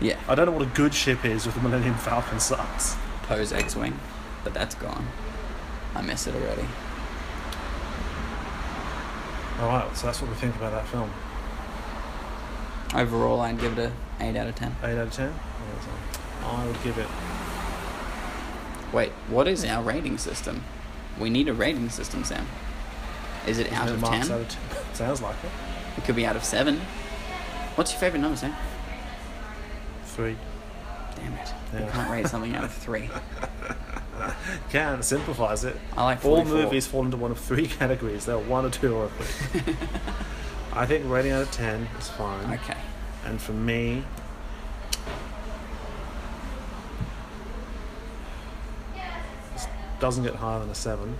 Yeah.
I don't know what a good ship is with the Millennium Falcon sucks.
Poe's X-wing, but that's gone. I miss it already.
All right, so that's what we think about that film.
Overall, I'd give it a eight out of ten.
Eight out of ten. I would give it.
Wait, what is our rating system? We need a rating system, Sam. Is it out
no
of
marks Out
ten?
of ten. Sounds like it.
It could be out of seven. What's your favorite number, Sam?
Three.
Damn it! I
Yeah.
can't rate something out of three.
Can simplifies it.
I like
All
44.
movies fall into one of three categories. They're one or two or a three. I think rating out of ten is fine.
Okay.
And for me, doesn't get higher than a seven.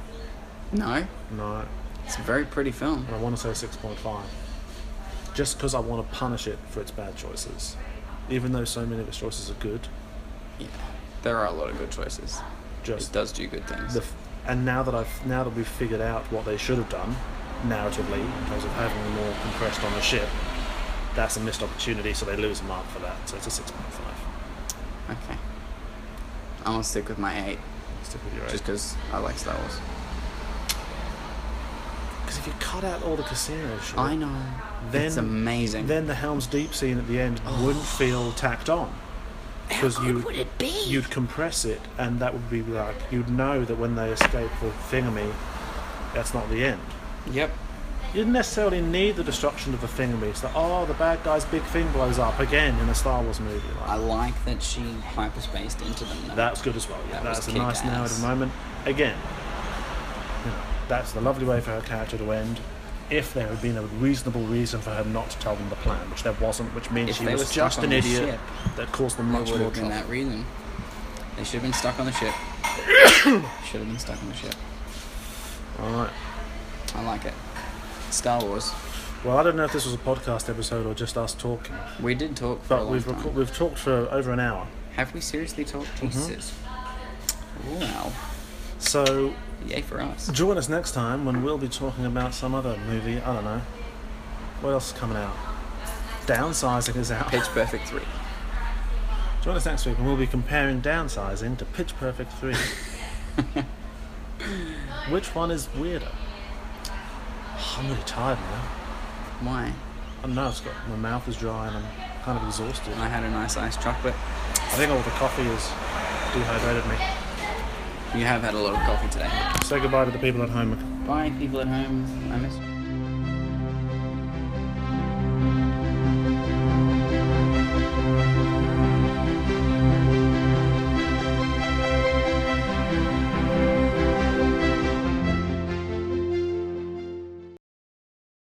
No,
No,
it's a very pretty film.
and I want to say six point five, just because I want to punish it for its bad choices, even though so many of its choices are good.
Yeah, there are a lot of good choices. It
Just
does do good things.
the, f- and now that I've now that we've figured out what they should have done, narratively in terms of having them all compressed on the ship, that's a missed opportunity. So they lose a mark for that. So it's a six point five.
okay, I'm gonna stick with my eight,
Stick with your
just because I like Star Wars.
Because if you cut out all the casino shit,
I know.
Then-
it's amazing. Oh.
then the Helm's Deep scene at the end wouldn't feel tacked on. Because you
would it be?
you'd compress it, and that would be like you'd know that when they escape the thingamy, that's not the end.
yep.
You didn't necessarily need the destruction of the thingamy. It's like, oh, the bad guy's big thing blows up again in a Star Wars movie. Like,
I like that she hyperspaced into them. Though.
That's good as well. Yeah,
That was
that's a nice narrative
kick-ass.
moment. Again, you know, that's the lovely way for her character to end. If there had been a reasonable reason for her not to tell them the plan, which there wasn't, which means
If
she
they were
was
stuck
just
on
an
the
idiot
ship,
that caused them
It
much
would
more
have been
trouble.
that reason. They should have been stuck on the ship. should have been stuck on the ship.
All right.
I like it. Star Wars.
Well, I don't know if this was a podcast episode or just us talking,
We did talk for a
but
long
we've
time.
reco- we've talked for over an hour.
Have we seriously talked?
Mm-hmm.
Jesus. Wow.
So
Yay for us.
join us next time when we'll be talking about some other movie. I don't know. What else is coming out? Downsizing is out.
Pitch Perfect 3.
Join us next week and we'll be comparing downsizing to Pitch Perfect 3. Which one is weirder? I'm really tired now.
Why?
I know it's got my mouth is dry and I'm kind of exhausted.
I had a nice iced chocolate.
I think all the coffee has dehydrated me.
You have had a lot of coffee today.
Say goodbye to the people at home.
Bye, people at home. I miss you.